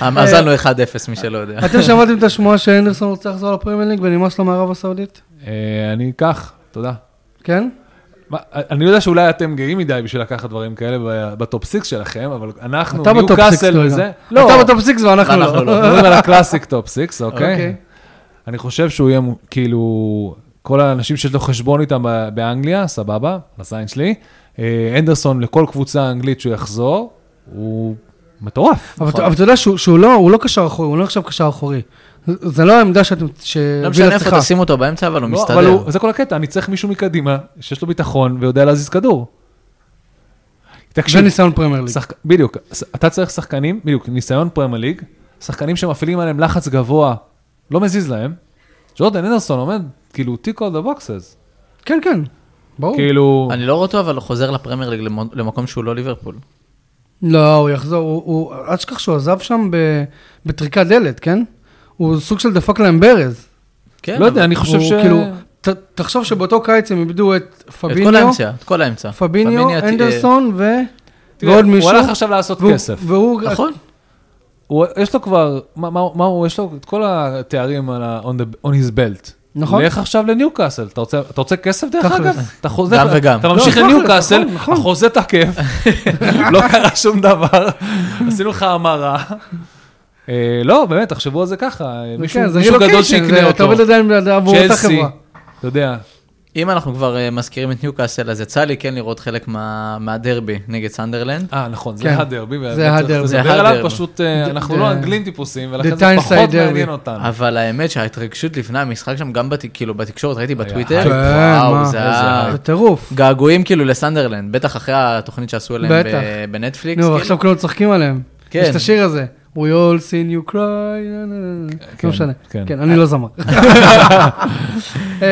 Speaker 2: המאזן הוא 1-0, מי שלא יודע.
Speaker 1: אתם שמעתם את השמועה שהנדרסון רוצה לחזור לפרמייר ליג ונמאס לו מערב הסעודית?
Speaker 3: אה, אני אקח, תודה.
Speaker 1: כן?
Speaker 3: מה, אני יודע שאולי אתם גאים מדי בשביל לקחת דברים כאלה ב- בטופ סיקס שלכם, אבל אנחנו,
Speaker 1: אתה בטופ סיקס
Speaker 3: ניוקאסל
Speaker 1: כרגע.
Speaker 3: וזה, לא,
Speaker 1: אתה בטופ סיקס ואנחנו
Speaker 2: ואנחנו
Speaker 1: לא.
Speaker 2: לא.
Speaker 3: מדברים על הקלאסיק טופ סיקס,
Speaker 1: אוקיי.
Speaker 3: אוקיי? אני חושב שהוא יהיה, מו- כאילו, כל האנשים שיש לו חשבון איתם ב- באנגליה, סבבה, לזין שלי. אה, הנדרסון לכל קבוצה אנגלית שהוא יחזור, הוא מטורף.
Speaker 1: אבל אתה אבל אתה יודע שהוא שהוא לא הוא לא קשר אחורי, הוא לא נחשב קשר אחורי. זה- זה לא העמדה שאתם...
Speaker 2: לא
Speaker 1: שהובילה
Speaker 2: משנה איפה
Speaker 1: צריכה.
Speaker 2: תשים אותו באמצע, אבל הוא
Speaker 3: לא,
Speaker 2: מסתדר.
Speaker 3: אבל הוא- זה כל הקטע, אני צריך מישהו מקדימה, שיש לו ביטחון ויודע להזיז כדור. תקשיב,
Speaker 1: וניסיון פרמייר ליג.
Speaker 3: שחק... בדיוק, ס- אתה צריך שחקנים, בדיוק, ניסיון פרמייר ליג, שחקנים שמפעילים עליהם לחץ גבוה, לא מזיז להם. ג'ורדן אנדרסון עומד, כאילו, tick all the boxes.
Speaker 1: כן, כן. ברור.
Speaker 3: כאילו,
Speaker 2: אני לא רואה אותו, אבל הוא חוזר לפרמייר ליג למו- למקום שהוא לא ליברפול.
Speaker 1: לא, הוא יחזור, הוא- הוא... אל תשכח שהוא עזב שם ב- בטריקת דלת, כן? הוא סוג של דפק להם ברז.
Speaker 2: כן,
Speaker 3: לא
Speaker 2: אבל-
Speaker 3: יודע, אני חושב
Speaker 1: הוא
Speaker 3: ש...
Speaker 1: כאילו... ת- תחשוב שבאותו קיץ הם איבדו את
Speaker 2: את כל
Speaker 1: פביניו,
Speaker 2: האמצע, את כל האמצע.
Speaker 1: פביניו,
Speaker 2: פביניו,
Speaker 1: אנדרסון ו...
Speaker 3: אה, תראה,
Speaker 1: ועוד מישהו.
Speaker 3: הוא הלך עכשיו לעשות
Speaker 1: והוא-
Speaker 3: כסף.
Speaker 1: והוא... כן,
Speaker 2: אה, נכון,
Speaker 3: הוא, יש לו כבר, מה, מה, מה הוא, יש לו את כל התארים על ה, on, the, on his belt.
Speaker 1: נכון.
Speaker 3: לך עכשיו לניוקאסל, אתה רוצה, אתה רוצה כסף דרך
Speaker 1: תכלס.
Speaker 3: אגב? אתה חוזר,
Speaker 2: גם וגם.
Speaker 3: אתה
Speaker 2: לא,
Speaker 3: ממשיך
Speaker 1: תכלס,
Speaker 3: לניוקאסל,
Speaker 1: נכון, נכון.
Speaker 3: החוזה תקף, לא קרה שום דבר, עשינו לך המרה. אה, לא, באמת, תחשבו על זה ככה, אה, מישהו
Speaker 1: כן, זה
Speaker 3: מישהו גדול
Speaker 1: רילוקיישן,
Speaker 3: שיקנה
Speaker 1: אתה
Speaker 3: אותו,
Speaker 1: עובד עדיין עבור אותה
Speaker 3: צ'לסי,
Speaker 1: חברה.
Speaker 3: אתה יודע,
Speaker 2: אם אנחנו כבר אה, מזכירים את ניוקאסל, אז יצא לי כן לראות חלק מה- מהדרבי נגד סנדרלנד.
Speaker 3: אה, נכון,
Speaker 1: כן.
Speaker 3: זה הדרבי, באמת,
Speaker 1: זה
Speaker 3: צריך
Speaker 1: הדרבי.
Speaker 3: לדבר
Speaker 2: זה
Speaker 3: עליו,
Speaker 2: הדרבי.
Speaker 3: פשוט אה,
Speaker 1: The-
Speaker 3: אנחנו
Speaker 1: the-
Speaker 3: לא אנגלים טיפוסים, ולכן
Speaker 1: the
Speaker 3: זה
Speaker 1: Tyneside
Speaker 3: פחות
Speaker 1: derby.
Speaker 3: מעניין אותנו.
Speaker 2: אבל האמת שההתרגשות לפני המשחק שם, גם בת- כאילו בתקשורת, ראיתי בטוויטר,
Speaker 3: כן,
Speaker 2: וואו,
Speaker 1: מה?
Speaker 2: זה
Speaker 1: זה
Speaker 2: היה
Speaker 1: טירוף.
Speaker 2: געגועים כאילו לסנדרלנד, בטח אחרי התוכנית שעשו עליהם
Speaker 1: בטח.
Speaker 2: ב- בנטפליקס.
Speaker 1: נו,
Speaker 2: כאילו.
Speaker 1: עכשיו כולם צוחקים עליהם.
Speaker 2: כן.
Speaker 1: יש את השיר הזה. We all seen you cry, נה, נה, נה.
Speaker 3: כן,
Speaker 1: לא משנה.
Speaker 3: כן.
Speaker 1: כן, אני לא זמר. אמ,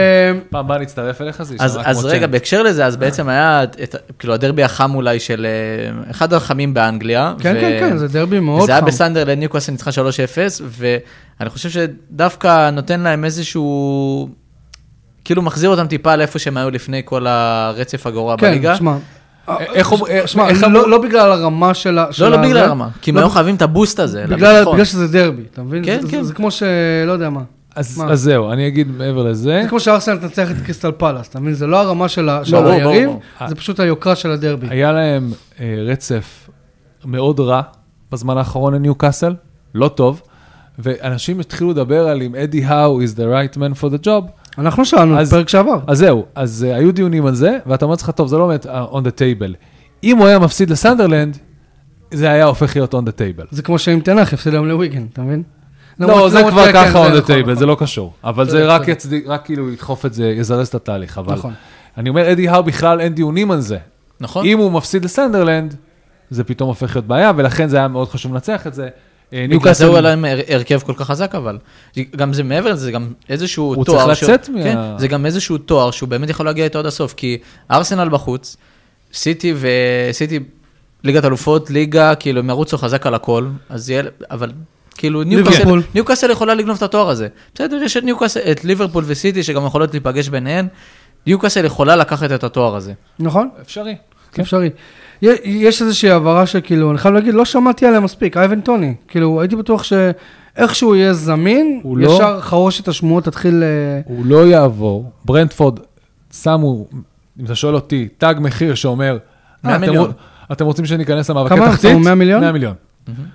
Speaker 3: פעם הבאה נצטרף אליך, זה
Speaker 2: אז,
Speaker 3: יישמע כמו אה.
Speaker 2: אז רגע,
Speaker 3: צ'ן.
Speaker 2: בהקשר לזה, אז בעצם היה, את, את, כאילו, הדרבי החם אולי של אה, אחד החמים באנגליה.
Speaker 1: כן,
Speaker 2: ו-
Speaker 1: כן, כן, זה דרבי מאוד חם.
Speaker 2: זה היה בסנדרלנד, ניוקאסל ניצחה 3-0, ואני חושב שדווקא נותן להם איזשהו... כאילו מחזיר אותם טיפה לאיפה שהם היו לפני כל הרצף הגרוע בליגה.
Speaker 1: כן, שמע.
Speaker 3: איך אומרים-
Speaker 1: אה, שמע,
Speaker 3: איך
Speaker 1: לא-
Speaker 3: אמרו-
Speaker 1: לא בגלל הרמה של ה... של
Speaker 2: לא, לא בגלל
Speaker 1: הזה,
Speaker 2: הרמה, כי הם
Speaker 1: לא
Speaker 2: היו חייבים את הבוסט הזה, נכון,
Speaker 1: בגלל
Speaker 2: לביטחון.
Speaker 1: בגלל שזה דרבי, אתה מבין?
Speaker 2: כן,
Speaker 1: זה-
Speaker 2: כן.
Speaker 1: זה- זה כמו ש... לא יודע מה.
Speaker 3: אז
Speaker 1: מה?
Speaker 3: אז זהו, אני אגיד מעבר
Speaker 2: כן.
Speaker 3: לזה.
Speaker 1: זה כמו שארסנל תנצח את קריסטל פלאס, אתה מבין? זה לא הרמה של ה- של
Speaker 2: ברור,
Speaker 1: היריב,
Speaker 2: ברור,
Speaker 1: זה פשוט היוקרה של הדרבי.
Speaker 3: היה להם אה, רצף מאוד רע בזמן האחרון לניו קאסל, לא טוב, ואנשים התחילו לדבר על אם אדי האו is the right man for the job,
Speaker 1: אנחנו שאלנו את
Speaker 3: אז-
Speaker 1: פרק שעבר.
Speaker 3: אז זהו, אז אה, היו דיונים על זה, ואתה אומר לך, טוב, זה לא באמת אה, on the table. אם הוא היה מפסיד לסנדרלנד, זה היה הופך להיות on the table.
Speaker 1: זה כמו שאם תנח יפסיד היום לוויגן, אתה מבין?
Speaker 3: לא,
Speaker 1: למרות-
Speaker 3: זה
Speaker 1: למרות
Speaker 3: כבר
Speaker 1: שזה כן,
Speaker 3: ככה on
Speaker 1: זה
Speaker 3: the
Speaker 1: נכון.
Speaker 3: table, זה לא קשור. אבל זה
Speaker 1: צודק,
Speaker 3: רק
Speaker 1: צודק.
Speaker 3: יצדיק, רק כאילו ידחוף את זה, יזרז את התהליך, אבל...
Speaker 1: נכון.
Speaker 3: אני אומר, אדי האו בכלל אין דיונים על זה.
Speaker 2: נכון?
Speaker 3: אם הוא מפסיד לסנדרלנד, זה פתאום הופך להיות בעיה, ולכן זה היה מאוד חשוב לנצח את זה. אה,
Speaker 2: בגלל זה
Speaker 3: ניוקאסל-
Speaker 2: הוא עלה עם הר- הרכב כל כך חזק, אבל. גם זה מעבר לזה, זה גם איזשהו
Speaker 3: הוא
Speaker 2: תואר.
Speaker 3: צריך
Speaker 2: שהוא-
Speaker 3: לצאת מה-
Speaker 2: כן, זה גם איזשהו תואר שהוא באמת יכול להגיע איתו עד הסוף, כי ארסנל בחוץ, סיטי ו... סיטי, ליגת אלופות, ליגה, כאילו, הם ירוצו חזק על הכל, אז יהיה... אבל... כאילו ניוקאסל,
Speaker 1: ליברפול.
Speaker 2: ניוקאסל יכולה לגנוב את התואר הזה. בסדר, יש את, ניוקאסל, את ליברפול וסיטי שגם יכולות להיפגש ביניהן. ניוקאסל יכולה לקחת את התואר הזה.
Speaker 1: נכון,
Speaker 3: אפשרי. כן.
Speaker 1: אפשרי. יה- יש איזושהי הבהרה שכאילו, אני חייב להגיד, לא שמעתי עליה מספיק, אייבן טוני. כאילו, הייתי בטוח שאיכשהו יהיה זמין,
Speaker 3: הוא לא-
Speaker 1: ישר חרושת השמועות תתחיל... אה,
Speaker 3: הוא לא יעבור. ברנדפורד שמו, אם אתה שואל אותי, תג מחיר שאומר, "אה,
Speaker 2: מאה
Speaker 3: אתם
Speaker 2: מיליון.
Speaker 3: רוצ- אתם רוצים שניכנס למאבקי
Speaker 1: כמה הם
Speaker 3: תחתית?
Speaker 1: שמו, מאה מיליון?
Speaker 3: 100 מיליון.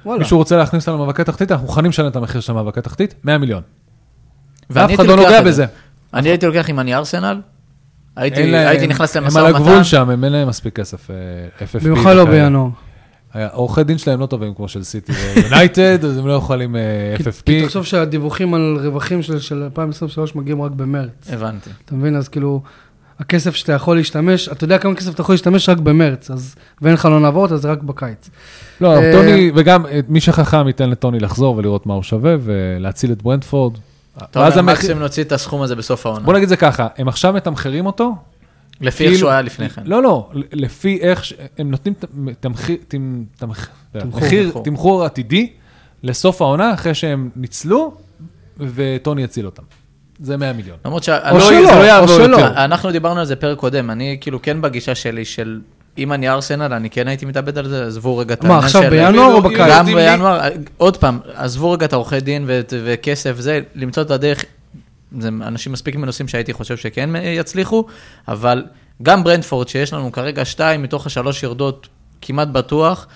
Speaker 1: וואלה.
Speaker 3: מישהו רוצה להכניס אותנו למאבקי תחתית, אנחנו מוכנים לשלם את המחיר של המאבקי תחתית? 100 מיליון.
Speaker 2: ואני
Speaker 3: ואף
Speaker 2: הייתי
Speaker 3: אחד לא
Speaker 2: לוקח
Speaker 3: נוגע
Speaker 2: את זה.
Speaker 3: בזה.
Speaker 2: אני הייתי לוקח אם אני ארסנל, הייתי,
Speaker 3: אין להם-
Speaker 2: הייתי נכנס למשא
Speaker 3: הם על הגבול
Speaker 2: ומתן.
Speaker 3: שם, הם אין להם מספיק כסף, אה, FFP.
Speaker 1: במיוחד לא
Speaker 3: וכאלה.
Speaker 1: בינואר.
Speaker 3: העורכי דין שלהם לא טובים כמו של סיטי ויונייטד, אז הם לא יכולים אה,
Speaker 2: כן,
Speaker 1: כי-
Speaker 3: FFP.
Speaker 1: כי תחשוב שהדיווחים על רווחים של- של 2023 מגיעים רק במרץ.
Speaker 2: הבנתי.
Speaker 1: אתה מבין? אז כאילו, הכסף שאתה יכול להשתמש, אתה יודע כמה כסף אתה יכול להשתמש רק במרץ, אז, ואין חלון העברות, אז רק בקיץ.
Speaker 3: לא,
Speaker 1: אה,
Speaker 3: טוני, וגם אה, מי שחכם ייתן לטוני לחזור ולראות מה הוא שווה ולהציל את ברנדפורד.
Speaker 2: אתה אומר,
Speaker 3: ואז המחיר-
Speaker 2: מקסימום נוציא את הסכום הזה בסוף העונה.
Speaker 3: בוא נגיד זה ככה, הם עכשיו מתמחרים אותו?
Speaker 2: לפי
Speaker 3: כאילו-
Speaker 2: איך שהוא היה לפני כן.
Speaker 3: לא, לא, לפי איך, ש- הם נותנים ת- תמחיר, תמ- תמח-
Speaker 1: תמחור,
Speaker 3: מחיר-
Speaker 2: תמחור.
Speaker 3: תמחור עתידי לסוף העונה, אחרי שהם ניצלו, וטוני יציל אותם. זה 100 מיליון.
Speaker 2: למרות שה-
Speaker 1: או
Speaker 2: לא-
Speaker 1: שלא,
Speaker 2: זה לא
Speaker 1: או
Speaker 2: יעבור
Speaker 1: שלא.
Speaker 2: יותר. אנחנו דיברנו על זה פרק קודם, אני כאילו כן בגישה שלי של אם אני ארסנל, אני כן הייתי מתאבד על זה, עזבו רגע את
Speaker 1: מה,
Speaker 2: העניין
Speaker 1: עכשיו
Speaker 2: של- לא
Speaker 1: בינואר או
Speaker 2: גם
Speaker 1: בקיץ?
Speaker 2: גם
Speaker 3: יודעים לי-
Speaker 2: בינואר, עוד פעם, עזבו רגע את העורכי דין ואת- וכסף, זה, למצוא את הדרך, זה אנשים מספיק מנוסים שהייתי חושב שכן אה, יצליחו, אבל גם ברנדפורד, שיש לנו כרגע שתיים מתוך השלוש ירדות, כמעט בטוח,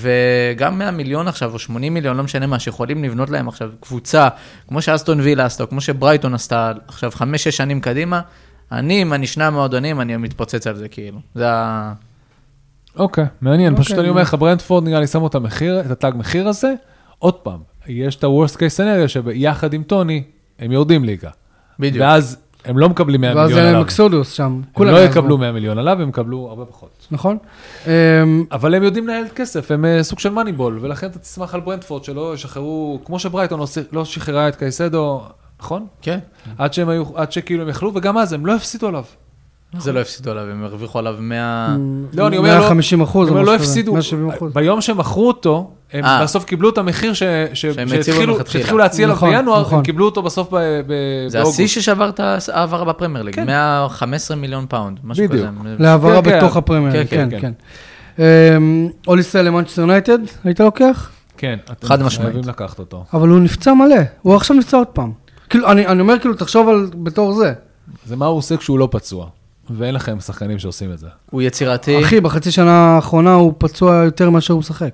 Speaker 2: וגם 100 מיליון עכשיו, או 80 מיליון, לא משנה מה, שיכולים לבנות להם עכשיו קבוצה, כמו שאסטון וילה עשתה, או כמו שברייטון עשתה עכשיו חמש-שש שנים קדימה, אני, אם אני שני המועדונים, אני מתפוצץ על זה, כאילו. זה ה...
Speaker 3: אוקיי, מעניין.
Speaker 1: אוקיי,
Speaker 3: פשוט אני
Speaker 1: נו.
Speaker 3: אומר לך, ברנדפורד נראה לי שמו את המחיר, את התג מחיר הזה. עוד פעם, יש את ה-Worst Case scenario שביחד עם טוני, הם יורדים ליגה.
Speaker 2: בדיוק.
Speaker 3: ואז הם לא מקבלים 100
Speaker 1: ואז
Speaker 3: מיליון
Speaker 1: יהיה להם
Speaker 3: עליו.
Speaker 1: אקסודוס שם.
Speaker 3: הם
Speaker 1: כולם
Speaker 3: לא
Speaker 1: יעזבו.
Speaker 3: יקבלו 100 מיליון עליו, הם יקבלו הרבה פחות.
Speaker 1: נכון? אמ,
Speaker 3: אבל הם יודעים לנהל כסף, הם אה, סוג של מאניבול, ולכן אתה תשמח על ברנדפורד שלא ישחררו, כמו שברייטון לא שיר- לא שחררה את קייסדו, נכון?
Speaker 2: כן.
Speaker 3: עד שהם היו, עד שכאילו הם יכלו, וגם אז הם לא הפסידו עליו.
Speaker 1: נכון.
Speaker 2: זה לא הפסידו עליו, הם הרוויחו עליו 100...
Speaker 1: Mm.
Speaker 3: לא, אני אומר, לא-
Speaker 1: 150 אמ, אחוז,
Speaker 3: הם
Speaker 1: או
Speaker 3: לא
Speaker 1: משהו כזה,
Speaker 3: הפסידו, אה,
Speaker 1: 170 אחוז.
Speaker 3: ביום שהם מכרו אותו, הם
Speaker 2: אה.
Speaker 3: בסוף קיבלו את המחיר ש- ש-
Speaker 2: הציעו
Speaker 3: שהתחילו
Speaker 2: מלכתחילה.
Speaker 3: שהתחילו להציע עליו
Speaker 1: נכון,
Speaker 3: בינואר, הם
Speaker 1: נכון.
Speaker 3: קיבלו אותו בסוף ב- ב-
Speaker 2: זה השיא
Speaker 3: באוגוסט.
Speaker 2: ששבר את ההעברה בפרמייר ליג,
Speaker 1: כן.
Speaker 2: 115 מיליון פאונד, משהו
Speaker 3: בדיוק.
Speaker 2: כזה.
Speaker 1: להעברה
Speaker 3: כן, כן.
Speaker 1: בתוך הפרמייר,
Speaker 2: כן,
Speaker 1: כן,
Speaker 3: כן,
Speaker 1: כן. אמ, אוליסה למנצ'סטר יונייטד, היית לוקח?
Speaker 3: כן, אתם
Speaker 2: חד משמעית.
Speaker 3: חייבים לקחת אותו.
Speaker 1: אבל הוא נפצע מלא, הוא עכשיו נפצע עוד פעם. כאילו, אני אני אומר, כאילו, תחשוב על בתור זה.
Speaker 3: זה מה הוא עושה כשהוא לא פצוע, ואין לכם שחקנים שעושים את זה.
Speaker 2: הוא יצירתי.
Speaker 1: אחי, בחצי שנה האחרונה הוא פצוע יותר מאשר הוא משחק.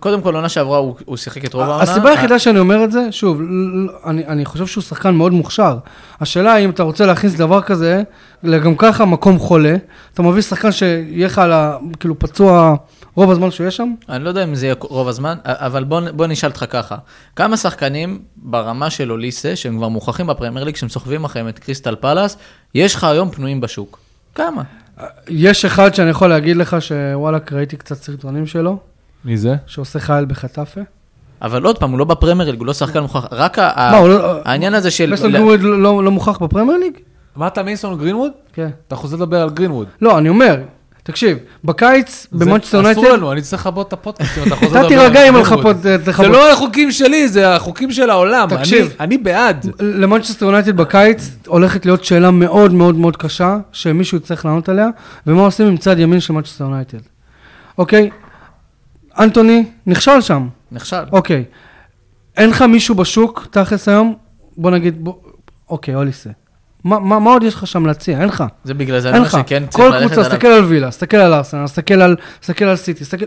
Speaker 2: קודם כל, עונה שעברה הוא הוא שיחק את רוב העונה.
Speaker 1: הסיבה היחידה שאני אומר את זה, שוב, ל- ל- אני, אני חושב שהוא שחקן מאוד מוכשר. השאלה היא אם אתה רוצה להכניס דבר כזה, גם ככה מקום חולה, אתה מביא שחקן שיהיה לך על ה... כאילו פצוע רוב הזמן שהוא יהיה שם,
Speaker 2: אני לא יודע אם זה יהיה רוב הזמן, אבל בוא, בוא נשאל אותך ככה. כמה שחקנים ברמה של אוליסה, שהם כבר מוכחים בפרמייר ליג, שהם סוחבים אחריהם את קריסטל פלאס, יש לך היום פנויים בשוק? כמה?
Speaker 1: יש אחד שאני יכול להגיד לך שוואלכ, ראיתי קצת סרטונים שלו,
Speaker 3: מי זה? אה,
Speaker 1: שעושה חייל בחטאפה.
Speaker 2: אבל עוד פעם, הוא לא בפרמייר ליג, הוא לא שחקן מוכח. רק ה-
Speaker 1: מה, הוא לא-
Speaker 3: אה,
Speaker 2: העניין הזה של...
Speaker 1: מסון
Speaker 2: ל-
Speaker 1: גרינווד לא- לא לא מוכח בפרמייר ליג?
Speaker 3: אמרת מייסון גרינווד?
Speaker 1: כן.
Speaker 3: אתה חוזר לדבר על גרינווד.
Speaker 1: לא, אני אומר, תקשיב, בקיץ
Speaker 3: זה-
Speaker 1: במונצ'סטר
Speaker 3: אסור
Speaker 1: יונייטד,
Speaker 3: לנו, אני צריך לכבות את הפודקאסט אם אתה חוזר
Speaker 1: אתה
Speaker 3: לדבר
Speaker 1: תירגע אם אה,
Speaker 3: גרינווד.
Speaker 1: לחפות,
Speaker 3: זה
Speaker 1: לחפות.
Speaker 3: לא החוקים שלי, זה החוקים של העולם.
Speaker 1: תקשיב.
Speaker 3: אני- אני בעד.
Speaker 1: למונצ'סטר יונייטד בקיץ הולכת להיות שאלה מאוד מאוד מאוד קשה, שמישהו יצטרך לענות עליה, ומה עושים עם צד ימין של מונצ'סטר יונייטד. אוקיי, אנטוני נכשל שם,
Speaker 2: נכשל.
Speaker 1: אוקיי. אין לך מישהו בשוק, תכלס היום, בוא נגיד, בוא, אוקיי, אוליסה. מה, מה, מה עוד יש לך שם להציע? אין לך.
Speaker 2: זה בגלל זה אני
Speaker 1: אין
Speaker 2: אומר
Speaker 1: לך.
Speaker 2: שכן צריך
Speaker 1: כל
Speaker 2: ללכת
Speaker 1: קבוצה,
Speaker 2: עליו.
Speaker 1: תסתכל על וילה, תסתכל על ארסנל, תסתכל על- תסתכל על סיטי, תסתכל...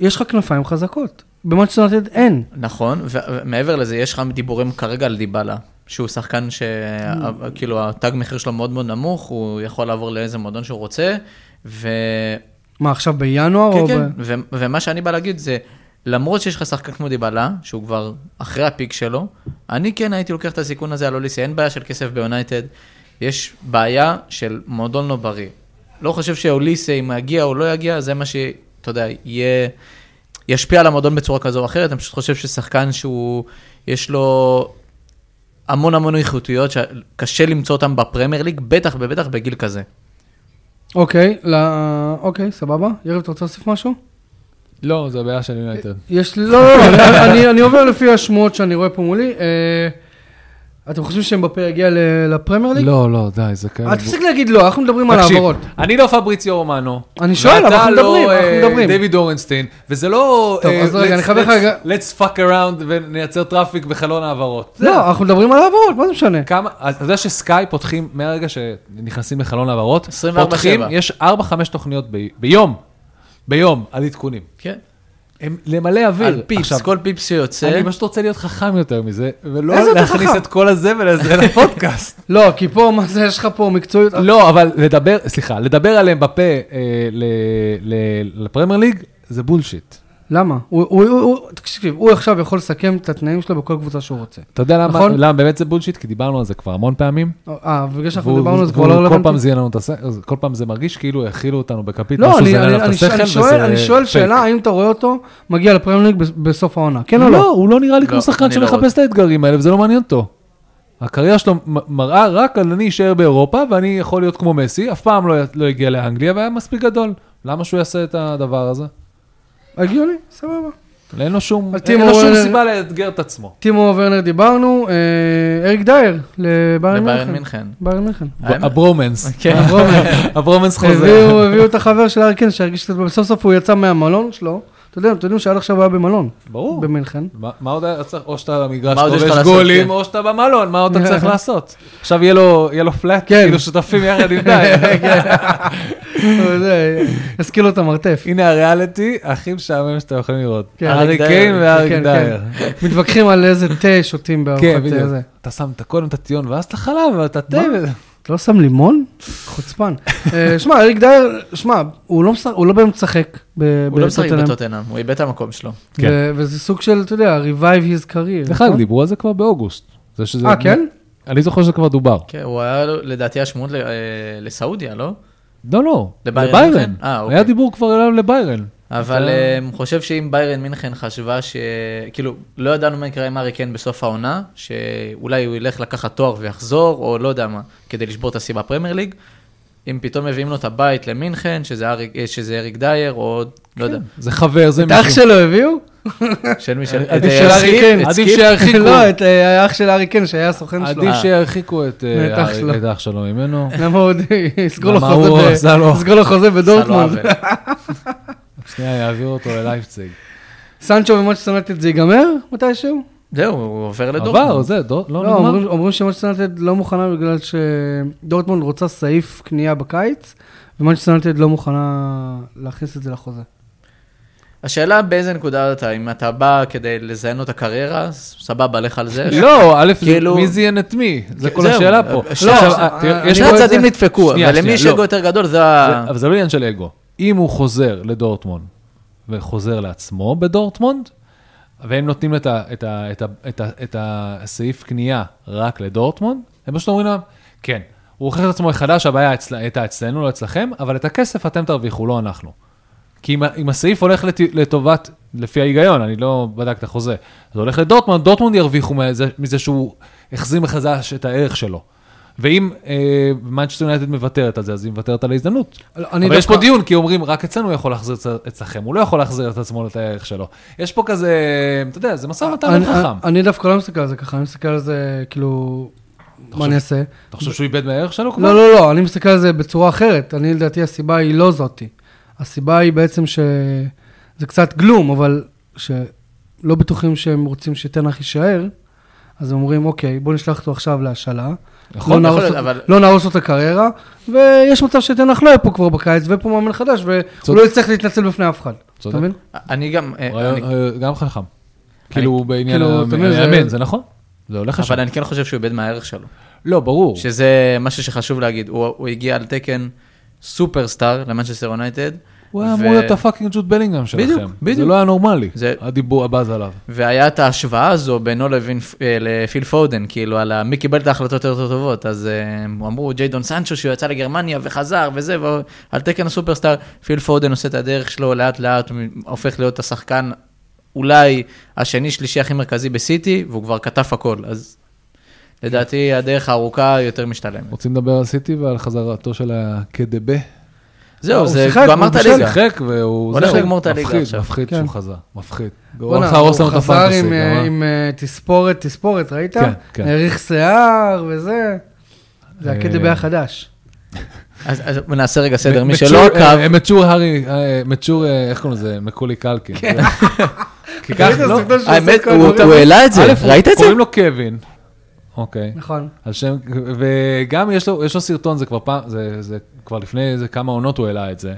Speaker 1: יש לך כנפיים חזקות. במונצ'סטר יונייטד אין.
Speaker 2: נכון, ו- ומעבר לזה, יש לך דיבורים כרגע על דיבלה, שהוא שחקן שכאילו התג מחיר שלו מאוד מאוד נמוך, הוא יכול לעבור לאיזה מועדון שהוא רוצה, ו...
Speaker 1: מה, עכשיו בינואר?
Speaker 2: כן,
Speaker 1: או
Speaker 2: כן,
Speaker 1: ב...
Speaker 2: ו- ומה שאני בא להגיד זה, למרות שיש לך שחקן כמו דיבלה, שהוא כבר אחרי הפיק שלו, אני כן הייתי לוקח את הסיכון הזה על אוליסי, אין בעיה של כסף ביונייטד, יש בעיה של מועדון לא בריא. לא חושב שאוליסי, אם יגיע או לא יגיע, זה מה ש... אתה יודע, יהיה... ישפיע על המועדון בצורה כזו או אחרת, אני פשוט חושב ששחקן שהוא, יש לו המון המון איכותיות שקשה למצוא אותן בפרמייר ליג, בטח ובטח בגיל כזה.
Speaker 1: אוקיי, ל... אוקיי, סבבה. יריב, אתה רוצה להוסיף משהו?
Speaker 3: לא, זה הבעיה של יונייטד.
Speaker 1: יש לי... לא, לא, לא, אני- אני- אני עובר לפי השמועות שאני רואה פה מולי. אה, אתם חושבים שמבפה יגיע ל- לפרמייר ליג?
Speaker 3: לא, לא, די, זה כאלה.
Speaker 1: אל תפסיק להגיד לא, אנחנו מדברים על
Speaker 3: תקשיב,
Speaker 1: העברות.
Speaker 3: אני לא פבריציו רומנו.
Speaker 1: אני שואל, אבל אנחנו מדברים, אנחנו מדברים.
Speaker 3: ואתה לא דיוויד אורנסטיין, וזה לא...
Speaker 1: טוב,
Speaker 3: אה,
Speaker 1: אז רגע,
Speaker 3: let's-
Speaker 1: אני חייב לך
Speaker 3: let's-
Speaker 1: רגע-
Speaker 3: let's fuck around ונייצר טראפיק בחלון העברות. זה
Speaker 1: לא, אנחנו מדברים על העברות, מה זה משנה?
Speaker 3: כמה, אז אתה יודע שסקאי פותחים, מהרגע שנכנסים לחלון העברות,
Speaker 2: 24/7.
Speaker 3: פותחים, יש 4-5 תוכניות ב, ביום, ביום, על עדכונים.
Speaker 2: כן.
Speaker 3: הם למלא אוויר.
Speaker 2: על פיפס,
Speaker 3: עכשיו,
Speaker 2: כל פיפס שיוצא.
Speaker 3: אני פשוט רוצה להיות חכם יותר מזה, ולא
Speaker 1: איזה אתה
Speaker 3: להכניס
Speaker 1: חכם?
Speaker 3: את כל הזבל הזה לפודקאסט.
Speaker 1: לא, כי פה, מה זה, יש לך פה מקצועיות...
Speaker 3: לא, אבל לדבר, סליחה, לדבר עליהם בפה אה, ל- ל- לפרמייר ליג, זה בולשיט.
Speaker 1: למה? הוא- הוא- הוא- הוא- תקשיב, הוא עכשיו יכול לסכם את התנאים שלו בכל קבוצה שהוא רוצה.
Speaker 3: אתה יודע למה,
Speaker 1: נכון.
Speaker 3: למה באמת זה בולשיט? כי דיברנו על זה כבר המון פעמים.
Speaker 1: אה, בגלל שאנחנו
Speaker 3: והוא-
Speaker 1: דיברנו על זה כבר
Speaker 3: והוא-
Speaker 1: לא
Speaker 3: כל פעם
Speaker 1: רלוונטי.
Speaker 3: זה יהיה לנו את השכל, כל פעם זה מרגיש כאילו האכילו אותנו בכפית,
Speaker 1: לא,
Speaker 3: משהו
Speaker 1: אני-
Speaker 3: זה עלה
Speaker 1: אני-
Speaker 3: לנו את
Speaker 1: אני
Speaker 3: השכל,
Speaker 1: שואל- אני שואל-
Speaker 3: וזה
Speaker 1: אני שואל
Speaker 3: פייק.
Speaker 1: שאלה, האם אתה רואה אותו מגיע לפרמייר ליג בס- בסוף העונה, כן או
Speaker 3: לא,
Speaker 1: לא?
Speaker 3: הוא לא נראה לי
Speaker 2: לא,
Speaker 3: כמו שחקן
Speaker 2: אני לא
Speaker 3: שמחפש
Speaker 2: רוצה.
Speaker 3: את האתגרים האלה, וזה לא מעניין אותו. הקריירה שלו מ- מראה רק על אני אשאר באירופה, ואני יכול להיות כמו מסי, אף פעם לא י- לא הגיע לאנגליה, והיה מספיק גדול. למה שהוא יעשה את הדבר הזה?
Speaker 1: הגיוני, סבבה.
Speaker 3: אין לו שום
Speaker 1: אז
Speaker 3: אין
Speaker 1: טימו
Speaker 3: לו שום
Speaker 1: וורנר-
Speaker 3: סיבה לאתגר את עצמו.
Speaker 1: טימו ורנר דיברנו, אה, אריק דייר לביירן
Speaker 2: לביירן
Speaker 1: מינכן.
Speaker 2: מינכן.
Speaker 1: ביירן מינכן.
Speaker 2: האמת-
Speaker 3: הברומנס,
Speaker 2: כן.
Speaker 3: הברומנס חוזר.
Speaker 1: הביאו הביאו את החבר של ארקן שהרגיש קצת, סוף סוף הוא יצא מהמלון שלו. אתה יודע, אתם יודעים שעד עכשיו הוא היה במלון,
Speaker 3: ברור.
Speaker 1: במינכן.
Speaker 3: מה מה עוד היה צריך? או שאתה במגרש
Speaker 2: מה עוד יש לך
Speaker 3: כובש
Speaker 2: לעשות,
Speaker 3: גולים,
Speaker 2: כן.
Speaker 3: או שאתה במלון, מה עוד אתה צריך לעשות? עכשיו יהיה לו יהיה לו פלאט,
Speaker 1: כן.
Speaker 3: כאילו שותפים יחד עם די.
Speaker 1: הוא זה, ישכילו את המרתף.
Speaker 3: הנה הריאליטי הכי משעמם שאתם יכולים לראות.
Speaker 1: כן,
Speaker 3: הארי
Speaker 2: אריק דייר.
Speaker 3: קיין
Speaker 1: כן,
Speaker 3: ואריק דייר.
Speaker 1: מתווכחים על איזה תה שותים
Speaker 3: כן,
Speaker 1: בארוחת אה,
Speaker 3: בדיוק.
Speaker 1: זה.
Speaker 3: אתה שם את קודם את הטיון ואז את החלב ואת התה.
Speaker 1: מה? אתה לא שם לימון? חוצפן. אה, שמע, אריק דייר, שמע, הוא לא משחק- הוא לא באמת משחק ב-
Speaker 2: הוא לא משחק
Speaker 1: בטוטנהאם.
Speaker 2: בטוטנאם, הוא איבד את המקום שלו.
Speaker 3: כן.
Speaker 1: ו- וזה סוג של, אתה יודע, revive his career.
Speaker 3: דרך אגב,
Speaker 1: נכון?
Speaker 3: דיברו על זה כבר באוגוסט. זה שזה-
Speaker 1: אה, כן?
Speaker 3: אני זוכר שזה כבר דובר.
Speaker 2: כן, הוא היה לו, לדעתי השמות ל- אה, לסעודיה, לא?
Speaker 3: לא, לא.
Speaker 2: לביירן,
Speaker 3: לביירן.
Speaker 2: כן? אה, אוקיי.
Speaker 3: היה דיבור כבר אליו לביירן.
Speaker 2: אבל
Speaker 3: זה-
Speaker 2: אה, הוא חושב שאם ביירן מינכן חשבה ש... כאילו, לא ידענו מה יקרה עם ארי קיין בסוף העונה, שאולי הוא ילך לקחת תואר ויחזור, או לא יודע מה, כדי לשבור את השיא בפרמייר ליג. אם פתאום מביאים לו את הבית למינכן, שזה, אריק, אה, שזה אריק דייר, או לא יודע,
Speaker 3: כן. זה חבר, זה
Speaker 1: את אח שלו הביאו?
Speaker 2: של מי ש...
Speaker 3: כן. עדיף
Speaker 2: את, אה,
Speaker 3: של ארי
Speaker 2: סקיפ,
Speaker 3: קיין,
Speaker 2: את
Speaker 3: עדיף
Speaker 2: סקיפ.
Speaker 3: שירחיקו.
Speaker 1: לא, את אה, האח של ארי קיין שהיה הסוכן שלו.
Speaker 3: עדיף שירחיקו את אה,
Speaker 1: את אח שלו.
Speaker 3: את אח שלו ממנו.
Speaker 1: למה הוא עוד יסגור לו
Speaker 3: למה הוא
Speaker 1: חוזה ב-
Speaker 3: עשה לו-
Speaker 1: יסגור לו חוזה
Speaker 2: עשה לו
Speaker 1: בדורטמונד.
Speaker 2: לא עוול.
Speaker 3: שנייה, יעביר אותו ללייפציג.
Speaker 1: סנצ'ו ומונצ'סטר יונייטד זה ייגמר מתישהו?
Speaker 2: זהו, הוא עובר
Speaker 3: עבר,
Speaker 2: לדורטמונד.
Speaker 3: זה, דור- לא
Speaker 1: לא,
Speaker 3: נגמר.
Speaker 1: אומרים- אומרים שמונצ'סטר יונייטד לא מוכנה בגלל שדורטמונד רוצה סעיף קנייה בקיץ, ומונצ'סטר יונייטד לא מוכנה להכניס את זה לחוזה.
Speaker 2: השאלה באיזה נקודה אתה, אם אתה בא כדי לזיין לו את הקריירה, ס- סבבה, לך על זה.
Speaker 3: לא, א', זה-
Speaker 2: כאילו-
Speaker 3: מי זיין את מי? זה כל
Speaker 2: זהו. לא,
Speaker 3: השאלה פה.
Speaker 2: שני-
Speaker 3: עכשיו,
Speaker 2: שני-
Speaker 3: אה, תראה,
Speaker 1: אני
Speaker 3: יש
Speaker 2: שני
Speaker 1: רואה את
Speaker 2: הצדדים
Speaker 1: זה-
Speaker 2: לא נדפקו,
Speaker 3: שנייה,
Speaker 2: אבל למי
Speaker 3: שנייה,
Speaker 2: יש
Speaker 3: לא.
Speaker 2: אגו יותר גדול, זה ה...
Speaker 3: זה- אבל זה לא עניין של אגו. אם הוא חוזר לדורטמונד וחוזר לעצמו בדורטמונד, והם נותנים את ה- את ה- את ה- את ה- את הסעיף קנייה רק לדורטמונד, הם פשוט אומרים להם, כן, הוא הוכיח את עצמו מחדש, הבעיה אצל- הייתה אצלנו, לא אצלכם, אבל את הכסף אתם תרוויחו, לא אנחנו. כי אם ה- אם הסעיף הולך לת- לטובת לפי ההיגיון, אני לא בדק את החוזה. זה הולך לדורטמונד, דורטמונד ירוויחו מזה, מזה שהוא החזיר מחדש את הערך שלו. ואם אה, מנצ'סטר יונייטד מוותרת על זה, אז היא מוותרת על ההזדמנות.
Speaker 1: לא,
Speaker 3: אבל
Speaker 1: אני
Speaker 3: יש
Speaker 1: דווקא-
Speaker 3: פה דיון, כי אומרים, רק אצלנו הוא יכול להחזיר את- אצלכם, הוא לא יכול להחזיר את עצמו את הערך שלו. יש פה כזה, אתה יודע, זה משא ומתן
Speaker 1: אני-
Speaker 3: לא חכם.
Speaker 1: אני דווקא לא מסתכל על זה ככה, אני מסתכל על זה כאילו, מה אני אעשה?
Speaker 3: אתה חושב שהוא איבד מהערך שלו כבר?
Speaker 1: לא, לא, לא, אני מסתכל על זה בצורה אחרת. אני, לדעתי, הסיבה היא לא זאתי. הסיבה היא בעצם ש... זה קצת גלום, אבל שלא בטוחים שהם רוצים שתנח יישאר, אז הם אומרים, אוקיי, בוא נשלח אותו עכשיו להשאלה.
Speaker 3: נכון,
Speaker 1: לא
Speaker 2: יכול
Speaker 1: נהרוס
Speaker 2: להיות,
Speaker 1: לו-
Speaker 2: אבל-
Speaker 1: לא נהרוס לו את הקריירה, ויש מצב שתנח לא יהיה פה כבר בקיץ, ויהיה פה מאמן חדש,
Speaker 3: צודק.
Speaker 1: והוא לא יצטרך להתנצל בפני אף אחד.
Speaker 3: צודק.
Speaker 1: אתה מבין?
Speaker 2: אני גם... אה,
Speaker 3: רעיון,
Speaker 2: אני-
Speaker 3: אה, גם חכם. כאילו, בעניין
Speaker 1: כאילו, אתה מבין, זה-
Speaker 3: המאמן, זה נכון? זה הולך לשם.
Speaker 2: אבל אני כן חושב שהוא איבד מהערך שלו.
Speaker 3: לא, ברור.
Speaker 2: שזה משהו שחשוב להגיד, הוא, הוא הגיע על תקן סופרסטאר למנצ'סטר יונייטד.
Speaker 3: הוא היה אמור להיות הפאקינג ג'וד בלינגהם שלכם.
Speaker 2: בדיוק,
Speaker 3: זה
Speaker 2: בדיוק.
Speaker 3: לא היה נורמלי,
Speaker 2: זה-
Speaker 3: הדיבור הבאז עליו.
Speaker 2: והיה את ההשוואה הזו בינו לבין אה, לפיל פודן, כאילו, על ה- מי קיבל את ההחלטות היותר טובות. אז אה, אמרו ג'יידון סנצ'ו שהוא יצא לגרמניה וחזר וזה, ועל תקן הסופרסטאר, פיל פודן עושה את הדרך שלו לאט לאט, הוא הופך להיות השחקן אולי השני שלישי הכי מרכזי בסיטי, והוא כבר כתב הכל. אז לדעתי הדרך הארוכה יותר משתלמת.
Speaker 3: רוצים לדבר על סיטי ועל חזרתו של הקדבה?
Speaker 2: זהו,
Speaker 1: הוא
Speaker 2: זה,
Speaker 1: שיחק,
Speaker 2: הוא
Speaker 1: הוא
Speaker 2: אמר את
Speaker 1: בישל,
Speaker 2: הליגה.
Speaker 3: שיחק והוא...
Speaker 2: הולך
Speaker 3: זהו,
Speaker 2: לגמור את הליגה
Speaker 3: מפחיד,
Speaker 2: עכשיו.
Speaker 3: מפחיד
Speaker 1: כן.
Speaker 3: שהוא חזר, מפחיד. הוא
Speaker 1: בואנה,
Speaker 3: הולך להרוס לנו את
Speaker 1: הוא חזר
Speaker 3: הפנטסי,
Speaker 1: עם, אה,
Speaker 3: גם,
Speaker 1: עם אה, תספורת, תספורת, ראית?
Speaker 3: כן, כן.
Speaker 1: האריך שיער וזה. זה
Speaker 3: אה,
Speaker 1: הקטע החדש.
Speaker 2: אז, אז בוא נעשה רגע
Speaker 3: אה?
Speaker 2: סדר, מי
Speaker 3: מצ'ור-
Speaker 2: שלא
Speaker 3: אה,
Speaker 2: עקב,
Speaker 3: מצ'ור הארי, אה, מצ'ור, אה, איך קוראים לזה? מקולי קלקין. כי כך,
Speaker 1: ראית את
Speaker 3: לא.
Speaker 1: הסרטון שהוא עושה
Speaker 2: האמת,
Speaker 1: כל
Speaker 2: הוא
Speaker 1: הדברים?
Speaker 2: הוא העלה את זה,
Speaker 3: א', הוא-
Speaker 2: ראית את זה?
Speaker 3: קוראים לו קווין. אוקיי.
Speaker 1: נכון.
Speaker 3: על שם, וגם יש לו, יש לו סרטון, זה כבר פעם, זה, זה כבר לפני איזה כמה עונות הוא העלה את זה.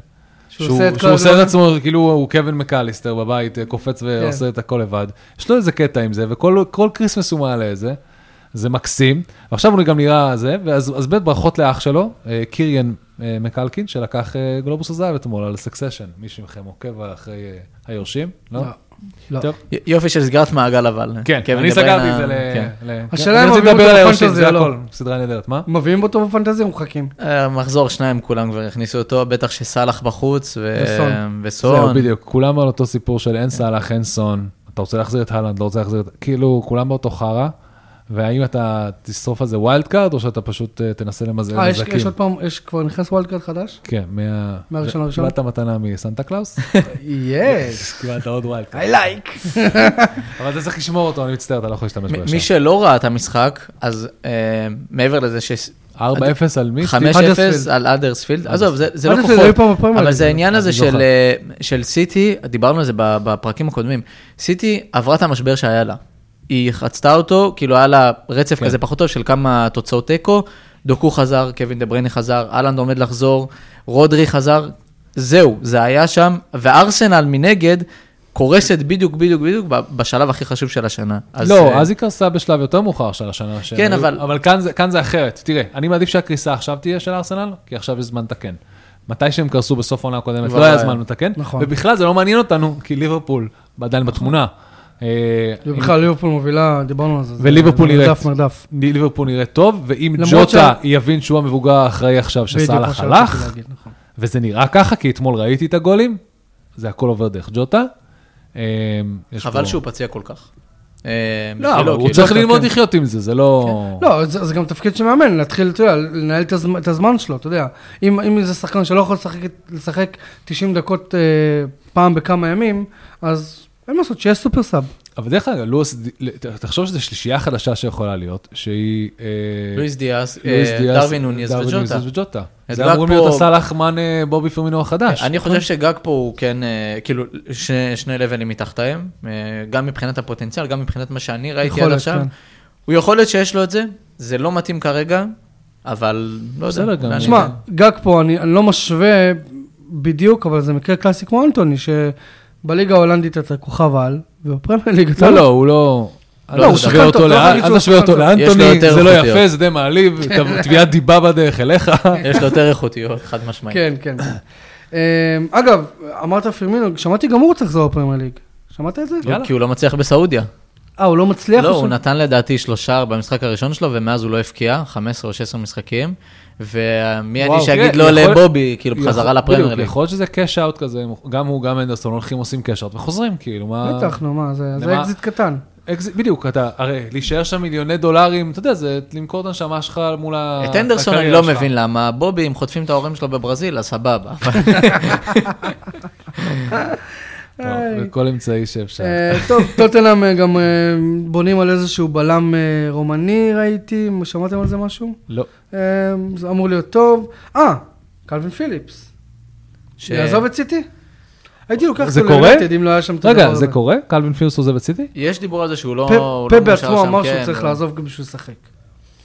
Speaker 1: שהוא
Speaker 3: שהוא,
Speaker 1: עושה את
Speaker 3: שהוא,
Speaker 1: כל
Speaker 3: שהוא עושה
Speaker 1: הדברים. כן.
Speaker 3: את עצמו, כאילו הוא קווין מקליסטר בבית, קופץ ועושה את הכל לבד. יש לו איזה קטע עם זה, וכל כל כריסמס הוא מעלה את זה. זה מקסים. ועכשיו הוא גם נראה זה, ואז אז באמת ברכות לאח שלו, אה, קיריאן אה, מקלקין, שלקח אה, גלובוס הזהב אתמול על סקסשן. מישהו מכם עוקב אחרי אה, היורשים? לא?
Speaker 1: לא.
Speaker 3: טוב.
Speaker 2: י- יופי של סגרת מעגל אבל.
Speaker 3: כן,
Speaker 2: קווין
Speaker 3: אני
Speaker 2: דה בריינה-
Speaker 3: סגרתי את זה ל...
Speaker 2: כן.
Speaker 3: ל-
Speaker 1: השאלה
Speaker 3: אני
Speaker 1: אם
Speaker 3: רציתי
Speaker 1: אוהבים
Speaker 3: לדבר
Speaker 1: אותו
Speaker 3: על
Speaker 1: בפנטזי
Speaker 3: היורשים, זה
Speaker 1: או לא.
Speaker 3: הכל, סדרה נהדרת. מה?
Speaker 1: מביאים אותו בפנטזיה ומחכים.
Speaker 2: אה, מחזור שניים כולם כבר הכניסו אותו, בטח שסאלח בחוץ ו-
Speaker 1: וסון.
Speaker 2: וסון.
Speaker 3: זהו, בדיוק, כולם על אותו סיפור של אין סאלח, אין סון, אתה רוצה להחזיר את הלנד, לא רוצה להחזיר את... כאילו, כולם באותו חרא, והאם אתה תשרוף על זה ווילד קארד, או שאתה פשוט אה, תנסה למזער
Speaker 1: אה, יש-
Speaker 3: נזקים?
Speaker 1: יש עוד פעם, יש כבר נכנס וולד קארד חדש?
Speaker 3: כן, מה...
Speaker 1: מהראשון לראשון?
Speaker 3: קיבלת מתנה מסנטה קלאוס?
Speaker 1: יש.
Speaker 3: קיבלת עוד ווילד קארד.
Speaker 1: I like.
Speaker 3: אבל אתה צריך לשמור אותו, אני מצטער, אתה לא יכול להשתמש בו
Speaker 2: מ- מי
Speaker 3: ישר.
Speaker 2: שלא ראה את המשחק, אז אה, מעבר לזה ש...
Speaker 3: 4-0 על מי?
Speaker 2: 5-0
Speaker 1: האדרספילד.
Speaker 2: על אדרספילד, עזוב, זה זה לא
Speaker 1: אדרספילד היו פעם
Speaker 2: כוחות,
Speaker 1: בפרמייר
Speaker 2: אבל
Speaker 1: ליג.
Speaker 2: זה העניין
Speaker 3: אני לא
Speaker 2: הזה
Speaker 3: זוכר.
Speaker 2: של, אה, של סיטי, דיברנו על זה ב- בפרקים הקודמים, סיטי עברה את המשבר שהיה לה. היא חצתה אותו, כאילו היה לה רצף
Speaker 3: כן.
Speaker 2: כזה פחות טוב של כמה תוצאות תיקו, דוקו חזר, קווין דה בריינה חזר, אהלנד עומד לחזור, רודרי חזר, זהו, זה היה שם, וארסנל מנגד קורסת בדיוק בדיוק בדיוק ב- בשלב הכי חשוב של השנה.
Speaker 3: לא,
Speaker 2: אה,
Speaker 3: אז היא קרסה בשלב יותר מאוחר של השנה. שהם
Speaker 2: כן,
Speaker 3: היו-
Speaker 2: אבל-
Speaker 3: אבל כאן זה- כאן זה אחרת. תראה, אני מעדיף שהקריסה עכשיו תהיה של ארסנל, כי עכשיו יש זמן לתקן. מתי שהם קרסו בסוף העונה הקודמת,
Speaker 2: כבר
Speaker 3: לא היה
Speaker 2: היה.
Speaker 3: זמן לתקן.
Speaker 1: נכון.
Speaker 3: ובכלל זה לא מעניין אותנו, כי ליברפול עדיין בתמונה. אה,
Speaker 1: זה בכלל ליברפול מובילה, דיברנו על זה. זה
Speaker 3: וליברפול
Speaker 1: מרדף
Speaker 3: נראית.
Speaker 1: מרדף.
Speaker 3: ליברפול נראה טוב, ואם
Speaker 1: למרות
Speaker 3: ג'וטה
Speaker 1: שה-
Speaker 3: יבין שהוא המבוגר האחראי עכשיו
Speaker 1: בדיוק מה
Speaker 3: שסאלח
Speaker 1: שרציתי
Speaker 3: הלך,
Speaker 1: להגיד, נכון.
Speaker 3: וזה נראה ככה, כי אתמול ראיתי את הגולים, זה הכל עובר דרך ג'וטה. אה, יש
Speaker 2: חבל
Speaker 3: פה-
Speaker 2: שהוא פציע כל כך. אה,
Speaker 3: לא,
Speaker 2: בשבילו,
Speaker 3: אבל הוא
Speaker 2: כאילו.
Speaker 3: צריך
Speaker 1: כן.
Speaker 3: ללמוד לחיות עם זה, זה לא...
Speaker 1: לא, זה זה גם תפקיד של מאמן, להתחיל, אתה יודע, לנהל את הזמ- את הזמן שלו, אתה יודע. אם אם זה שחקן שלא יכול לשחק- לשחק 90 דקות אה, פעם בכמה ימים, אז אין מה לעשות, שיהיה סופר סאב.
Speaker 3: אבל דרך אגב, לואיס, ת- תחשוב שזו שלישייה חדשה שיכולה להיות, שהיא... אה,
Speaker 2: לואיס דיאס,
Speaker 3: לואיס
Speaker 2: אה,
Speaker 3: דיאס,
Speaker 2: דרווין נוניז וג'וטה.
Speaker 3: וג'וטה.
Speaker 2: הדלק
Speaker 3: זה אמורים
Speaker 2: פה-
Speaker 3: להיות הסאלח מאנה בובי פרמינו החדש.
Speaker 2: אה, אני חושב שגג פה הוא כן, אה, כאילו, שני- שני לבלים מתחתיהם, אה, גם מבחינת הפוטנציאל, גם מבחינת מה שאני ראיתי
Speaker 1: יכול
Speaker 2: עד
Speaker 1: להיות,
Speaker 2: עכשיו.
Speaker 1: כן.
Speaker 2: הוא יכול להיות שיש לו את זה, זה לא מתאים כרגע, אבל לא יודע.
Speaker 3: בסדר, גם-
Speaker 2: אולי אני-
Speaker 1: תשמע, גג פה, אני, אני לא משווה בדיוק, אבל זה מקרה קלאסי כמו אנטוני, שבליגה ההולנדית אתה כוכב על, ובפרמייר ליג אתה
Speaker 3: לא, לא, הוא לא... אל
Speaker 2: לא, הוא
Speaker 3: תשווה
Speaker 1: שחקן
Speaker 3: אותו
Speaker 1: טוב, לא
Speaker 3: לאן-
Speaker 1: יכול להגיד
Speaker 3: אל
Speaker 1: שהוא
Speaker 3: תשווה
Speaker 1: שחקן
Speaker 3: אותו
Speaker 1: טוב.
Speaker 2: יש לו
Speaker 3: לאנטוני,
Speaker 2: יותר
Speaker 3: זה לא
Speaker 2: איכותיות.
Speaker 3: יפה, זה די מעליב, ת- תביעת דיבה בדרך אליך.
Speaker 2: יש לו יותר איכותיות, חד משמעית.
Speaker 1: כן, כן. אמ, אגב, אמרת פרמינו, שמעתי גם הוא רוצה לחזור לפרמייר ליג. שמעת את זה?
Speaker 2: כי הוא לא מצליח בסעודיה.
Speaker 1: אה, הוא לא מצליח?
Speaker 2: לא,
Speaker 1: או
Speaker 2: הוא
Speaker 1: ש-
Speaker 2: נתן לדעתי שלושה במשחק הראשון שלו, ומאז הוא לא הבקיע, 15 או 16 משחקים. ומי אני
Speaker 3: וואו,
Speaker 2: שיגיד
Speaker 3: תראה,
Speaker 2: לא
Speaker 3: יכול-
Speaker 2: לבובי, כאילו, בחזרה
Speaker 3: יכול-
Speaker 2: לפרמייר
Speaker 3: בדיוק,
Speaker 2: ליג.
Speaker 3: יכול להיות שזה קאש אאוט כזה, גם הוא, גם אנדרסון הולכים, עושים קאש אאוט וחוזרים, כאילו, מה...
Speaker 1: בטח, נו, מה, זה זה
Speaker 3: למה?
Speaker 1: אקזיט קטן.
Speaker 3: אקזיט, בדיוק, אתה, הרי להישאר שם מיליוני דולרים, אתה יודע, זה למכור את הנשמה שלך מול ה-
Speaker 2: את אנדרסון אני
Speaker 3: הקריירה
Speaker 2: לא
Speaker 3: שלך.
Speaker 2: מבין למה, בובי, אם חוטפים את ההורים שלו בברזיל, אז סבבה. אבל-
Speaker 3: טוב, בכל אמצעי שאפשר.
Speaker 1: אה, טוב, טוטנאם אה, גם אה, בונים על איזשהו בלם אה, רומני, ראיתי, שמעתם על זה משהו?
Speaker 3: לא.
Speaker 1: אה, זה אמור להיות טוב. אה, קלווין פיליפס.
Speaker 2: ש-
Speaker 1: יעזוב את סיטי? הייתי לוקח
Speaker 3: זה
Speaker 1: אותו
Speaker 3: קורה?
Speaker 1: ליונטד אם לא היה שם את הדבר
Speaker 3: רגע,
Speaker 1: הזה.
Speaker 3: זה קורה? קלווין פיוס עוזב את סיטי?
Speaker 2: יש דיבור על זה שהוא לא...
Speaker 1: פפ-
Speaker 2: הוא לא
Speaker 1: פפ
Speaker 2: מאושר
Speaker 1: בעצמו
Speaker 2: שם,
Speaker 1: אמר שהוא
Speaker 2: כן,
Speaker 1: צריך
Speaker 2: הוא-
Speaker 1: לעזוב גם בשביל לשחק.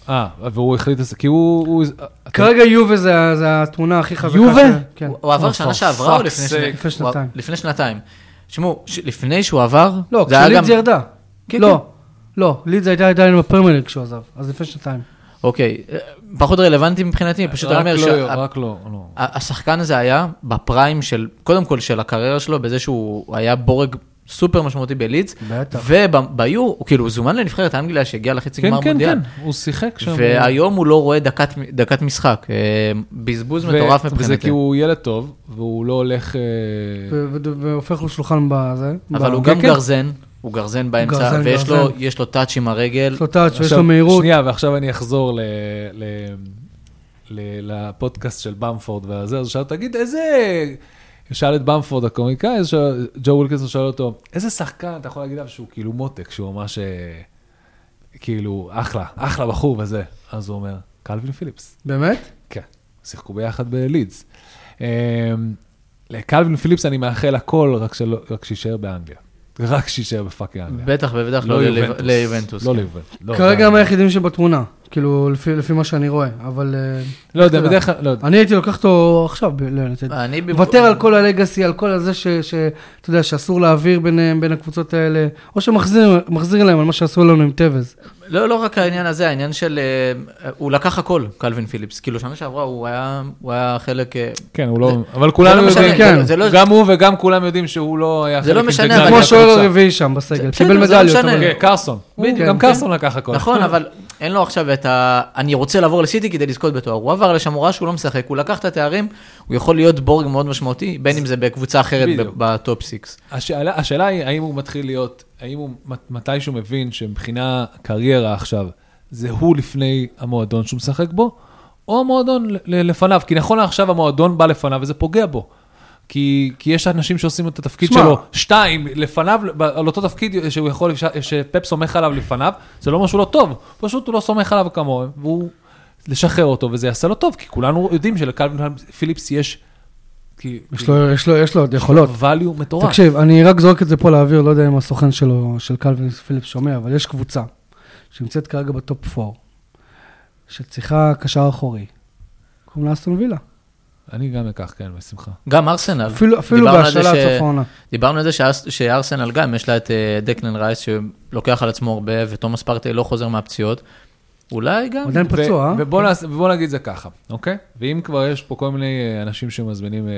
Speaker 3: אה, והוא החליט, לס- כי הוא... הוא-
Speaker 1: כרגע יובה זה זה התמונה הכי חזקה.
Speaker 3: יובה?
Speaker 1: שלהם, כן.
Speaker 2: הוא- הוא עבר
Speaker 3: Oh, for
Speaker 2: שנה שעברה או
Speaker 3: fuck's
Speaker 2: לפני
Speaker 3: sake.
Speaker 2: שנתיים?
Speaker 1: לפני שנתיים.
Speaker 2: לפני שנתיים. תשמעו, ש- לפני שהוא עבר,
Speaker 1: לא,
Speaker 2: זה היה
Speaker 1: כשלידס
Speaker 2: גם-
Speaker 1: ירדה.
Speaker 2: כן,
Speaker 1: לא, לא, לידס הייתה עדיין בפרמייליג כשהוא עזב, אז לפני שנתיים.
Speaker 2: אוקיי, אה, פחות רלוונטי מבחינתי, פשוט אני
Speaker 3: רק
Speaker 2: אומר
Speaker 3: לא,
Speaker 2: שה-
Speaker 3: רק לא, לא.
Speaker 2: ה- השחקן הזה היה בפריים של, קודם כל של הקריירה שלו, בזה שהוא היה בורג סופר משמעותי בלידס,
Speaker 1: בטח.
Speaker 2: וביו, הוא כאילו זומן לנבחרת אנגליה שהגיעה לחצי
Speaker 3: כן,
Speaker 2: גמר
Speaker 3: כן,
Speaker 2: מונדיאל.
Speaker 3: כן, הוא שיחק שם.
Speaker 2: והיום הוא לא רואה דקת, דקת משחק, אה, בזבוז
Speaker 3: ו-
Speaker 2: מטורף מבחינתי.
Speaker 3: וזה כי הוא ילד טוב, והוא לא הולך... אה,
Speaker 1: ו- ו- והופך לו שולחן בזה.
Speaker 2: אבל הוא
Speaker 1: ב-
Speaker 2: גם
Speaker 1: כן,
Speaker 2: גרזן, הוא גרזן באמצע,
Speaker 1: גרזן,
Speaker 2: ויש לו-
Speaker 1: גרזן. לא
Speaker 2: יש לו טאץ' עם הרגל.
Speaker 1: יש לו טאץ' ויש
Speaker 3: עכשיו,
Speaker 1: לו מהירות.
Speaker 3: שנייה, ועכשיו אני אחזור ל... ל- ל- לפודקאסט של במפורד והזה, אז הוא שאל, תגיד, איזה... שאל את במפורד הקומיקאי, אז שאל- ג'ו ווילקינסון שאל אותו, איזה שחקן אתה יכול להגיד עליו שהוא כאילו מותק, שהוא ממש אה, כאילו אחלה, אחלה בחור וזה. אז הוא אומר, קלווין פיליפס.
Speaker 1: באמת?
Speaker 3: כן, שיחקו ביחד בלידס. אמ, לקלווין פיליפס אני מאחל הכל, רק שלא- רק שיישאר באנגליה. רק שיישאר בפאקינג אנגליה.
Speaker 2: בטח ובטח לא ליו- ליובנטוס.
Speaker 3: לא
Speaker 2: כן.
Speaker 3: ליובנטוס. לא,
Speaker 1: כרגע הם
Speaker 3: באנגליה.
Speaker 1: היחידים שבתמונה, כאילו, לפי לפי מה שאני רואה, אבל... אה,
Speaker 3: לא יודע,
Speaker 1: אתה
Speaker 3: בדרך כלל, לא יודע.
Speaker 1: אני הייתי לוקח אותו עכשיו, ב- לא, לתת.
Speaker 2: אני במקום-
Speaker 1: מוותר על כל הלגאסי, על כל הזה ש- ש- אתה יודע, שאסור להעביר ביניהם, בין הקבוצות האלה, או שמחזיר מחזיר להם על מה שעשו לנו עם טוויז.
Speaker 2: לא, לא רק העניין הזה, העניין של... אה, הוא לקח הכל, קלווין פיליפס. כאילו, שנה שעברה הוא היה- הוא היה חלק... אה,
Speaker 3: כן, הוא לא... אבל כולנו
Speaker 2: משנה,
Speaker 3: יודעים,
Speaker 1: כן,
Speaker 2: זה לא-
Speaker 3: גם הוא וגם כולם יודעים שהוא לא היה
Speaker 2: זה לא משנה, אבל-
Speaker 1: כמו
Speaker 2: אני
Speaker 1: השוער
Speaker 3: הקבוצה.
Speaker 1: הרביעי שם בסגל,
Speaker 2: בסדר,
Speaker 1: קיבל
Speaker 2: זה לא
Speaker 1: מדליות.
Speaker 2: משנה.
Speaker 1: אבל-
Speaker 3: כן, קרסון. הוא-
Speaker 2: בדיוק,
Speaker 3: גם
Speaker 2: כן.
Speaker 3: קרסון לקח הכל.
Speaker 2: נכון, אבל אין לו עכשיו את ה... אני רוצה לעבור לסיטי כדי לזכות בתואר. הוא עבר לשם, הוא ראה שהוא לא משחק, הוא לקח את התארים, הוא יכול להיות בורג מאוד משמעותי, בין אם זה בקבוצה אחרת
Speaker 3: בדיוק.
Speaker 2: ב- בטופ סיקס.
Speaker 3: השאלה, השאלה היא, האם הוא מתחיל להיות, האם הוא מת- מתישהו מבין שמבחינה קריירה עכשיו, זה הוא לפני המועדון שהוא משחק בו, או המועדון ל- ל- לפניו? כי נכון לעכשיו המועדון בא לפניו וזה פוגע בו. כי, כי יש אנשים שעושים את התפקיד
Speaker 1: שמע.
Speaker 3: שלו, שתיים, לפניו, ב- על אותו תפקיד שהוא יכול, ש- שפפ סומך עליו לפניו, זה לא משהו לא טוב, פשוט הוא לא סומך עליו כמוהם, והוא, לשחרר אותו, וזה יעשה לו טוב, כי כולנו יודעים שלקלווין פיליפס יש, כי,
Speaker 1: יש לו- יש לו- יש לו עוד יכולות.
Speaker 3: value מטורף.
Speaker 1: תקשיב, אני רק זורק את זה פה לאוויר, לא יודע אם הסוכן שלו, של קלווין פיליפס שומע, אבל יש קבוצה שנמצאת כרגע בטופ 4, שצריכה קשר אחורי. קוראים לה אסטון וילה.
Speaker 3: אני גם אקח, כן, בשמחה.
Speaker 2: גם ארסנל.
Speaker 1: אפילו אפילו
Speaker 2: דיברנו על זה
Speaker 1: בהשאלה עד
Speaker 2: ש- כן,
Speaker 1: סוף העונה.
Speaker 2: דיברנו על זה שארס- שארסנל גם, יש לה את אה, דקלן רייס שלוקח על עצמו הרבה, ותומאס פרטי לא חוזר מהפציעות. אולי גם...
Speaker 1: הוא עדיין פצוע, אה?
Speaker 3: ו- ובוא, נעש, ובוא נגיד זה ככה, אוקיי? ואם כבר יש פה כל מיני אה, אנשים שמזמינים, אה,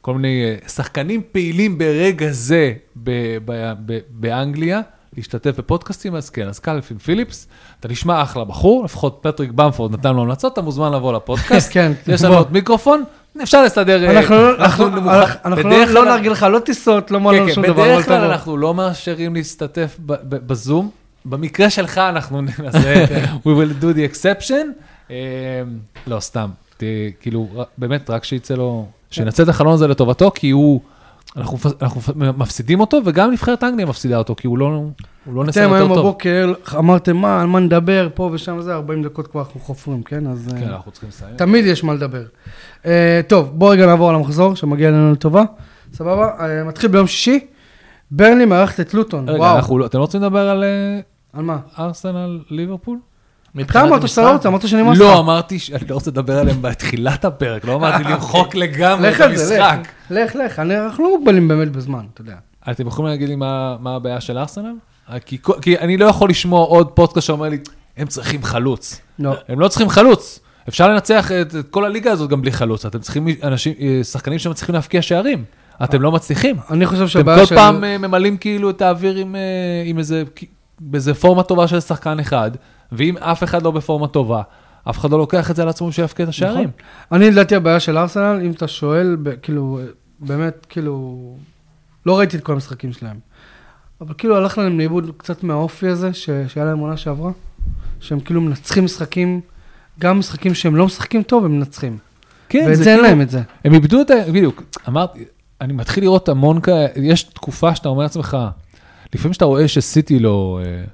Speaker 3: כל מיני אה, שחקנים פעילים ברגע זה ב- ב- ב- באנגליה, להשתתף בפודקאסטים, אז כן, אז קלפין פיליפס, אתה נשמע אחלה בחור, לפחות פטריק במפורד נתן לו המלצות, אתה מוזמן לבוא לפודקאסט.
Speaker 1: כן,
Speaker 3: יש
Speaker 1: בוא.
Speaker 3: לנו עוד מיקרופון, אפשר לסדר... אה,
Speaker 1: אנחנו לא- אנחנו-
Speaker 3: נמוכן-
Speaker 1: אנחנו
Speaker 3: בדרך
Speaker 1: לא- לא
Speaker 3: כלל-
Speaker 1: נארגן לך לא טיסות, לא
Speaker 3: כן,
Speaker 1: מלון,
Speaker 3: כן,
Speaker 1: שום דבר. אבל
Speaker 3: בדרך כלל
Speaker 1: תבוא.
Speaker 3: אנחנו לא מאשרים להשתתף ב- ב- בזום. במקרה שלך אנחנו ננסה,
Speaker 1: כן.
Speaker 3: we will do the exception. אמ, לא, סתם. ת- כאילו, ר- באמת, רק שיצא לו, שנצא את החלון הזה לטובתו, כי הוא, אנחנו מפ- אנחנו מפ- מפסידים אותו, וגם נבחרת אנגליה מפסידה אותו, כי הוא לא הוא לא נסיים
Speaker 1: אתם היום
Speaker 3: יותר טוב.
Speaker 1: בבוקר אמרתם, מה, על מה נדבר, פה ושם זה, 40 דקות כבר אנחנו חופרים, כן? אז אה,
Speaker 3: כן, אנחנו צריכים לסיים.
Speaker 1: תמיד יש מה לדבר. אה, טוב, בואו רגע נעבור על המחזור, שמגיע לנו לטובה. סבבה? אה, מתחיל ביום שישי. ברנלי מארחת את לוטון,
Speaker 3: רגע,
Speaker 1: וואו.
Speaker 3: אנחנו לא- אתם לא רוצים לדבר על אה,
Speaker 1: על מה?
Speaker 3: ארסנל ליברפול?
Speaker 1: אתה
Speaker 2: מבחינת
Speaker 1: אמרת
Speaker 2: המשחק-
Speaker 1: שאתה לא רוצה, אמרת שנמאס לך.
Speaker 3: לא, אמרתי, ש- אני לא רוצה לדבר עליהם בתחילת הפרק, לא אמרתי למחוק לגמרי
Speaker 1: אוקיי.
Speaker 3: את
Speaker 1: לך על זה,
Speaker 3: המשחק.
Speaker 1: לך. לך, לך. אני- אנחנו לא מוגבלים באמת בזמן, אתה יודע.
Speaker 3: אתם יכולים להגיד לי מה, מה הבעיה של ארסנל? כי, כל- כי אני לא יכול לשמוע עוד פודקאסט שאומר לי, הם צריכים חלוץ.
Speaker 1: לא.
Speaker 3: הם לא צריכים חלוץ. אפשר לנצח את, את כל הליגה הזאת גם בלי חלוץ. אתם צריכים אנשים, אה, שחקנים שמצליחים להבקיע שערים. אתם לא מצליחים.
Speaker 1: אני חושב
Speaker 3: אתם
Speaker 1: שהבעיה
Speaker 3: כל
Speaker 1: של...
Speaker 3: פעם אה, ממלאים כאילו את האוויר עם, אה, עם איזה... באיזה פורמה טובה של שחקן אחד, ואם אף אחד לא בפורמה טובה, אף אחד לא לוקח את זה על עצמו בשביל להפקיע את השערים.
Speaker 1: נכון. אני, לדעתי, הבעיה של ארסנל, אם אתה שואל, ב- כאילו, באמת, כאילו, לא ראיתי את כל המשחקים שלהם. אבל כאילו הלך להם לאיבוד קצת מהאופי הזה ש... שהיה להם עונה שעברה, שהם כאילו מנצחים משחקים, גם משחקים שהם לא משחקים טוב, הם מנצחים.
Speaker 3: כן,
Speaker 1: ואת זה אין להם את זה.
Speaker 3: הם איבדו את ה... בדיוק, אמרתי, אני מתחיל לראות המון כאלה, יש תקופה שאתה אומר לעצמך, לפעמים שאתה רואה שסיטי לא... אה,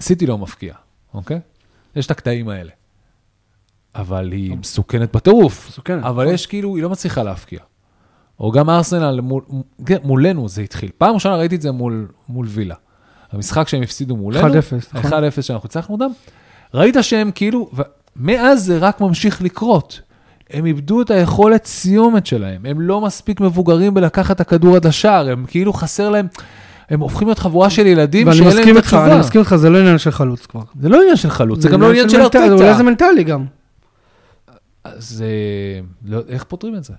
Speaker 3: סיטי לא מפקיע, אוקיי? יש את הקטעים האלה. אבל היא מסוכנת בטירוף.
Speaker 1: מסוכנת,
Speaker 3: אבל יש כאילו, היא לא מצליחה להפקיע. או גם ארסנל, מול, כן, מולנו זה התחיל. פעם ראשונה ראיתי את זה מול, מול וילה. המשחק שהם הפסידו מולנו,
Speaker 1: 1-0, נכון.
Speaker 3: 1-0 שאנחנו ניצחנו אותם, ראית שהם כאילו, ומאז זה רק ממשיך לקרות. הם איבדו את היכולת סיומת שלהם, הם לא מספיק מבוגרים בלקחת את הכדור עד לשער, הם כאילו חסר להם, הם הופכים להיות חבורה של ילדים
Speaker 1: ואני
Speaker 3: שאין להם
Speaker 1: מסכים
Speaker 3: את
Speaker 1: איתך,
Speaker 3: התשובה.
Speaker 1: אני מסכים איתך, זה לא עניין של חלוץ כבר.
Speaker 3: זה לא עניין של חלוץ, זה גם לא עניין של
Speaker 1: מנטל-
Speaker 3: ארטטה.
Speaker 1: אולי זה מנטלי גם.
Speaker 3: אז אה, לא, איך פותרים את זה?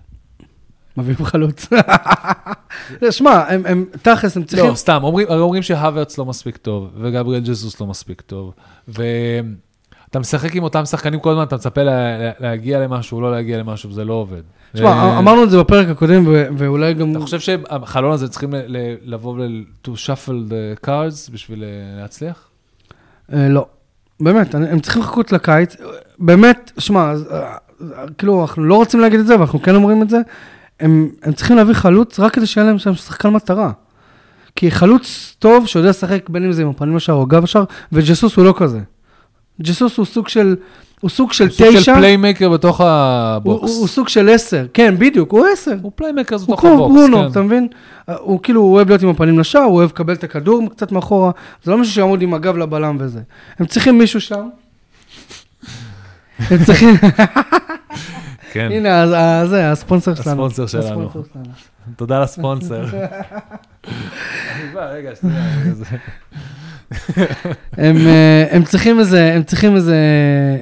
Speaker 1: מביאים חלוץ. שמע, הם- הם, תכלס, הם צריכים...
Speaker 3: לא, סתם, אומרים, הרי אומרים שהוורץ לא מספיק טוב, וגבריאל ג'זוס לא מספיק טוב, ואתה משחק עם אותם שחקנים כל הזמן, אתה מצפה לה, לה, להגיע למשהו, לא להגיע למשהו, וזה לא עובד.
Speaker 1: תשמע,
Speaker 3: אה,
Speaker 1: אמרנו את זה בפרק הקודם, ו- ואולי גם...
Speaker 3: אתה חושב שהחלון הזה צריכים ל- ל- לבוא ול- to shuffle the cards בשביל אה, להצליח?
Speaker 1: אה, לא. באמת, אני- הם צריכים לחכות לקיץ. באמת, שמע, אז, אה, אה, כאילו, אנחנו לא רוצים להגיד את זה, אבל אנחנו כן אומרים את זה. הם, הם צריכים להביא חלוץ רק כדי שיהיה להם שם שחקן מטרה. כי חלוץ טוב שיודע לשחק בין אם זה עם הפנים לשער או גב השער, וג'סוס הוא לא כזה. ג'סוס הוא סוג של, הוא סוג של
Speaker 3: הוא סוג של
Speaker 1: תשע,
Speaker 3: פליימקר בתוך
Speaker 1: הוא- הוא
Speaker 3: הבוקס.
Speaker 1: הוא סוג של עשר, כן, בדיוק, הוא עשר.
Speaker 3: הוא פליימקר
Speaker 1: הוא
Speaker 3: בתוך
Speaker 1: כמו
Speaker 3: הבוקס,
Speaker 1: ברונו,
Speaker 3: כן.
Speaker 1: אתה מבין? אה, הוא כאילו, הוא אוהב להיות עם הפנים לשער, הוא אוהב לקבל את הכדור קצת מאחורה, זה לא מישהו שיעמוד עם הגב לבלם וזה. הם צריכים מישהו שם. הם צריכים,
Speaker 3: כן,
Speaker 1: הנה, אז- אה, זה, הספונסר שלנו.
Speaker 3: הספונסר שלנו.
Speaker 1: הספונסר שלנו.
Speaker 3: תודה לספונסר. אני בא, רגע, שנייה. רגע, זה-
Speaker 1: הם, אה, הם צריכים איזה, הם צריכים איזה,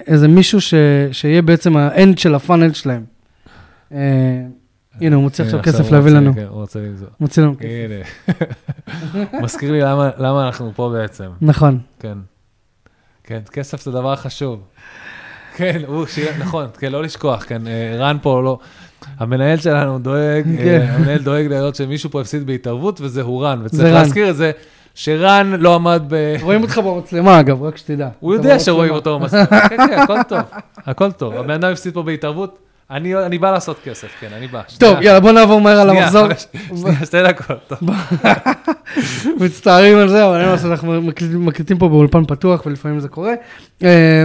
Speaker 1: איזה מישהו ש, שיהיה בעצם האנד של הפאנל שלהם. אה, הנה, הוא מוציא עכשיו
Speaker 3: הנה,
Speaker 1: כסף
Speaker 3: הוא
Speaker 1: להביא
Speaker 3: רוצה-
Speaker 1: לנו.
Speaker 3: כן, הוא רוצה למצוא.
Speaker 1: מוציא לנו כסף.
Speaker 3: הנה. מזכיר לי למה- למה אנחנו פה בעצם.
Speaker 1: נכון.
Speaker 3: כן. כן, כסף זה דבר חשוב. כן, הוא שיהיה, נכון, כן, לא לשכוח, כן, אה, רן פה לא... המנהל שלנו דואג, אה,
Speaker 1: כן.
Speaker 3: המנהל דואג לראות שמישהו פה הפסיד בהתערבות, וזה הוא רן,
Speaker 1: זה
Speaker 3: וצריך
Speaker 1: רן.
Speaker 3: להזכיר את זה, שרן לא עמד ב...
Speaker 1: רואים אותך במצלמה, אגב, רק שתדע.
Speaker 3: הוא
Speaker 1: אתה
Speaker 3: יודע
Speaker 1: במצלמה.
Speaker 3: שרואים אותו במסך, כן, כן, הכל טוב, הכל טוב. הבן אדם הפסיד פה בהתערבות, אני אני בא לעשות כסף, כן, אני בא.
Speaker 1: טוב,
Speaker 3: שנייה,
Speaker 1: יאללה, בוא נעבור מהר על
Speaker 3: שנייה,
Speaker 1: המחזור.
Speaker 3: חמש- שנייה, שתי דקות, טוב.
Speaker 1: מצטערים על זה, אבל אין מה לעשות, אנחנו מקליטים- מקליטים פה באולפן פתוח, ולפעמים זה קורה. אה,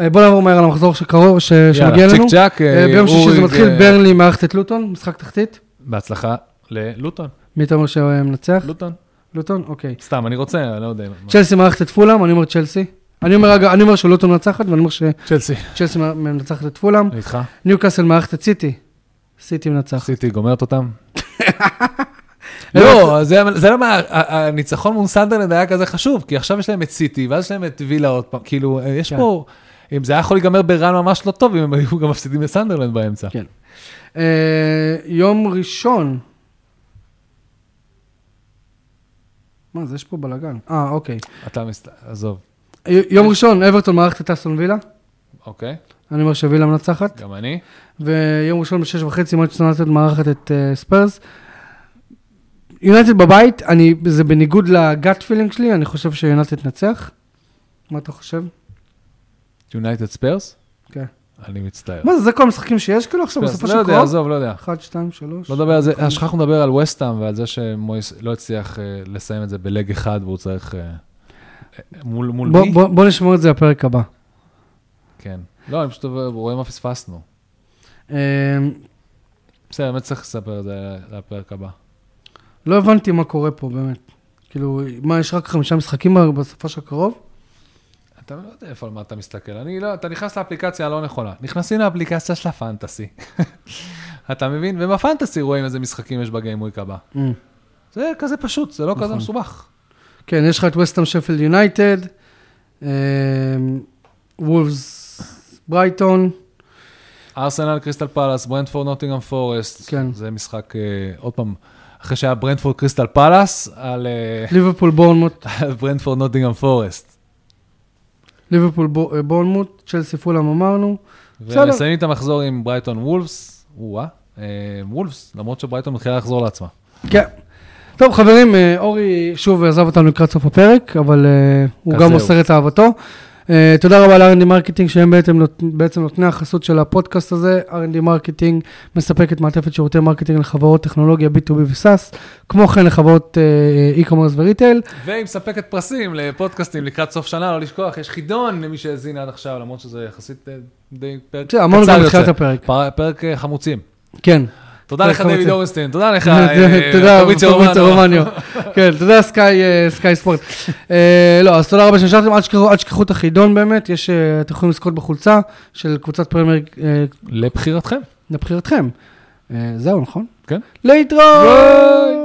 Speaker 1: אה, בוא נעבור מהר על המחזור שקרוב, ש- שמגיע
Speaker 3: יאללה,
Speaker 1: אלינו.
Speaker 3: צ'יק צ'אק,
Speaker 1: אה, ביום שישי זה
Speaker 3: אורי,
Speaker 1: מתחיל,
Speaker 3: אה,
Speaker 1: ברנלי מארחת את לוטון, משחק תחתית.
Speaker 3: בהצלחה ללוטון,
Speaker 1: מי אתה אומר שמנצח?
Speaker 3: לוטון.
Speaker 1: לוטון? אוקיי.
Speaker 3: סתם, אני רוצה, אני לא יודע. מה.
Speaker 1: צ'לסי מארחת את פולאם, אני אומר צ'לסי. אני אומר, אגב, אני אומר שלוטון מנצחת, ואני אומר
Speaker 3: צ'לסי.
Speaker 1: שצ'לסי מנצחת את פולאם.
Speaker 3: אני איתך.
Speaker 1: ניוקאסל מארחת את סיטי. סיטי מנצחת.
Speaker 3: כן. סיטי גומרת אותם. לא, זה- זה למה ה- ה- הניצחון מול סנדרלנד היה כזה חשוב, כי עכשיו יש להם את סיטי, ואז יש להם את וילה עוד פעם, כאילו, אה, יש
Speaker 1: כן.
Speaker 3: פה, אם זה היה יכול להיגמר ברן ממש לא טוב, אם הם היו גם מפסידים לסנדרלנד באמצע.
Speaker 1: כן. אה, יום ראשון. מה זה, יש פה בלאגן. אה, אוקיי.
Speaker 3: אתה מסת... עזוב,
Speaker 1: י- יום ראשון, אברטון מארחת את אסטון וילה.
Speaker 3: אוקיי,
Speaker 1: אני אומר שווילה מנצחת.
Speaker 3: גם אני.
Speaker 1: ויום ראשון בשש וחצי, מנצ'סטר יונייטד מארחת את אה, ספיירס. יונייטד בבית, אני, זה בניגוד לגאט פילינג שלי, אני חושב שיונייטד תנצח. מה אתה חושב?
Speaker 3: יונייטד ספיירס?
Speaker 1: כן.
Speaker 3: אני מצטער.
Speaker 1: מה זה, זה כל המשחקים שיש כאילו עכשיו
Speaker 3: ספיירס,
Speaker 1: בסופו
Speaker 3: לא
Speaker 1: של
Speaker 3: יודע,
Speaker 1: קרוב?
Speaker 3: עזוב, לא יודע.
Speaker 1: אחד, שתיים, שלוש.
Speaker 3: לא נדבר על זה, אה, שכחנו לדבר על וסטאם ועל זה שמויס לא הצליח אה, לסיים את זה בלג אחד והוא צריך... אה, אה, מול מול
Speaker 1: בוא-
Speaker 3: מי?
Speaker 1: בוא- בוא נשמור את זה לפרק הבא.
Speaker 3: כן. לא, אני פשוט רואה מה פספסנו.
Speaker 1: אה,
Speaker 3: בסדר, באמת צריך לספר את זה לפרק הבא.
Speaker 1: לא הבנתי מה קורה פה, באמת. כאילו, מה, יש רק חמישה משחקים בסופו של הקרוב?
Speaker 3: אתה לא יודע איפה, על מה אתה מסתכל. אני לא, אתה נכנס לאפליקציה הלא נכונה. נכנסים לאפליקציה של הפנטסי. אתה מבין? ובפנטסי רואים איזה משחקים יש בגיימוויק הבא. זה כזה פשוט, זה לא כזה
Speaker 1: נכון.
Speaker 3: מסובך.
Speaker 1: כן, יש לך את וסטהאם שפילד יונייטד, אמ, וולפס ברייטון,
Speaker 3: ארסנל, קריסטל פלאס, ברנדפורד, נוטינגאם פורסט.
Speaker 1: כן.
Speaker 3: זה משחק, אה, עוד פעם, אחרי שהיה ברנדפורד קריסטל פלאס, על אה,
Speaker 1: ליברפול בורנמוט,
Speaker 3: על ברנדפורד נוטינגאם פורסט.
Speaker 1: ליברפול בור- אה, בורנמוט, צ'לסי פולאם אמרנו. בסדר.
Speaker 3: ומסיימים את המחזור עם ברייטון וולפס, וואה, אה, וולפס, למרות שברייטון מתחילה לחזור לעצמה.
Speaker 1: כן. טוב, חברים, אה, אורי שוב עזב אותנו לקראת סוף הפרק, אבל אה, הוא
Speaker 3: אז
Speaker 1: גם
Speaker 3: זהו.
Speaker 1: מוסר את אהבתו. אה, תודה רבה ל-R&D מרקטינג, שהם בעצם נות- בעצם נותני החסות של הפודקאסט הזה. R&D מרקטינג מספקת מעטפת שירותי מרקטינג לחברות טכנולוגיה B2B ו-SAS, כמו כן לחברות אה, e-commerce וריטייל.
Speaker 3: והיא מספקת פרסים לפודקאסטים לקראת סוף שנה, לא לשכוח, יש חידון למי שהאזין עד עכשיו, למרות שזה יחסית אה, די פרק
Speaker 1: בסדר, אמרנו
Speaker 3: קצר
Speaker 1: גם בתחילת
Speaker 3: יוצא.
Speaker 1: הפרק.
Speaker 3: פר- פרק אה, חמוצים.
Speaker 1: כן.
Speaker 3: תודה לך,
Speaker 1: פרק
Speaker 3: דויד
Speaker 1: חמוצים.
Speaker 3: אורנסטיין, תודה לך, אה,
Speaker 1: תודה,
Speaker 3: פריצ'ו
Speaker 1: פרובינציה
Speaker 3: רומנו.
Speaker 1: רומניו. כן, תודה, סקאי אה, סקאי ספורט. אה, לא, אז תודה רבה שישבתם, אל תשכחו- אל תשכחו את החידון באמת, יש, אה, אתם יכולים לזכות בחולצה של קבוצת פרמייר אה,
Speaker 3: לבחירתכם.
Speaker 1: לבחירתכם. אה, זהו, נכון?
Speaker 3: כן.
Speaker 1: להתראות!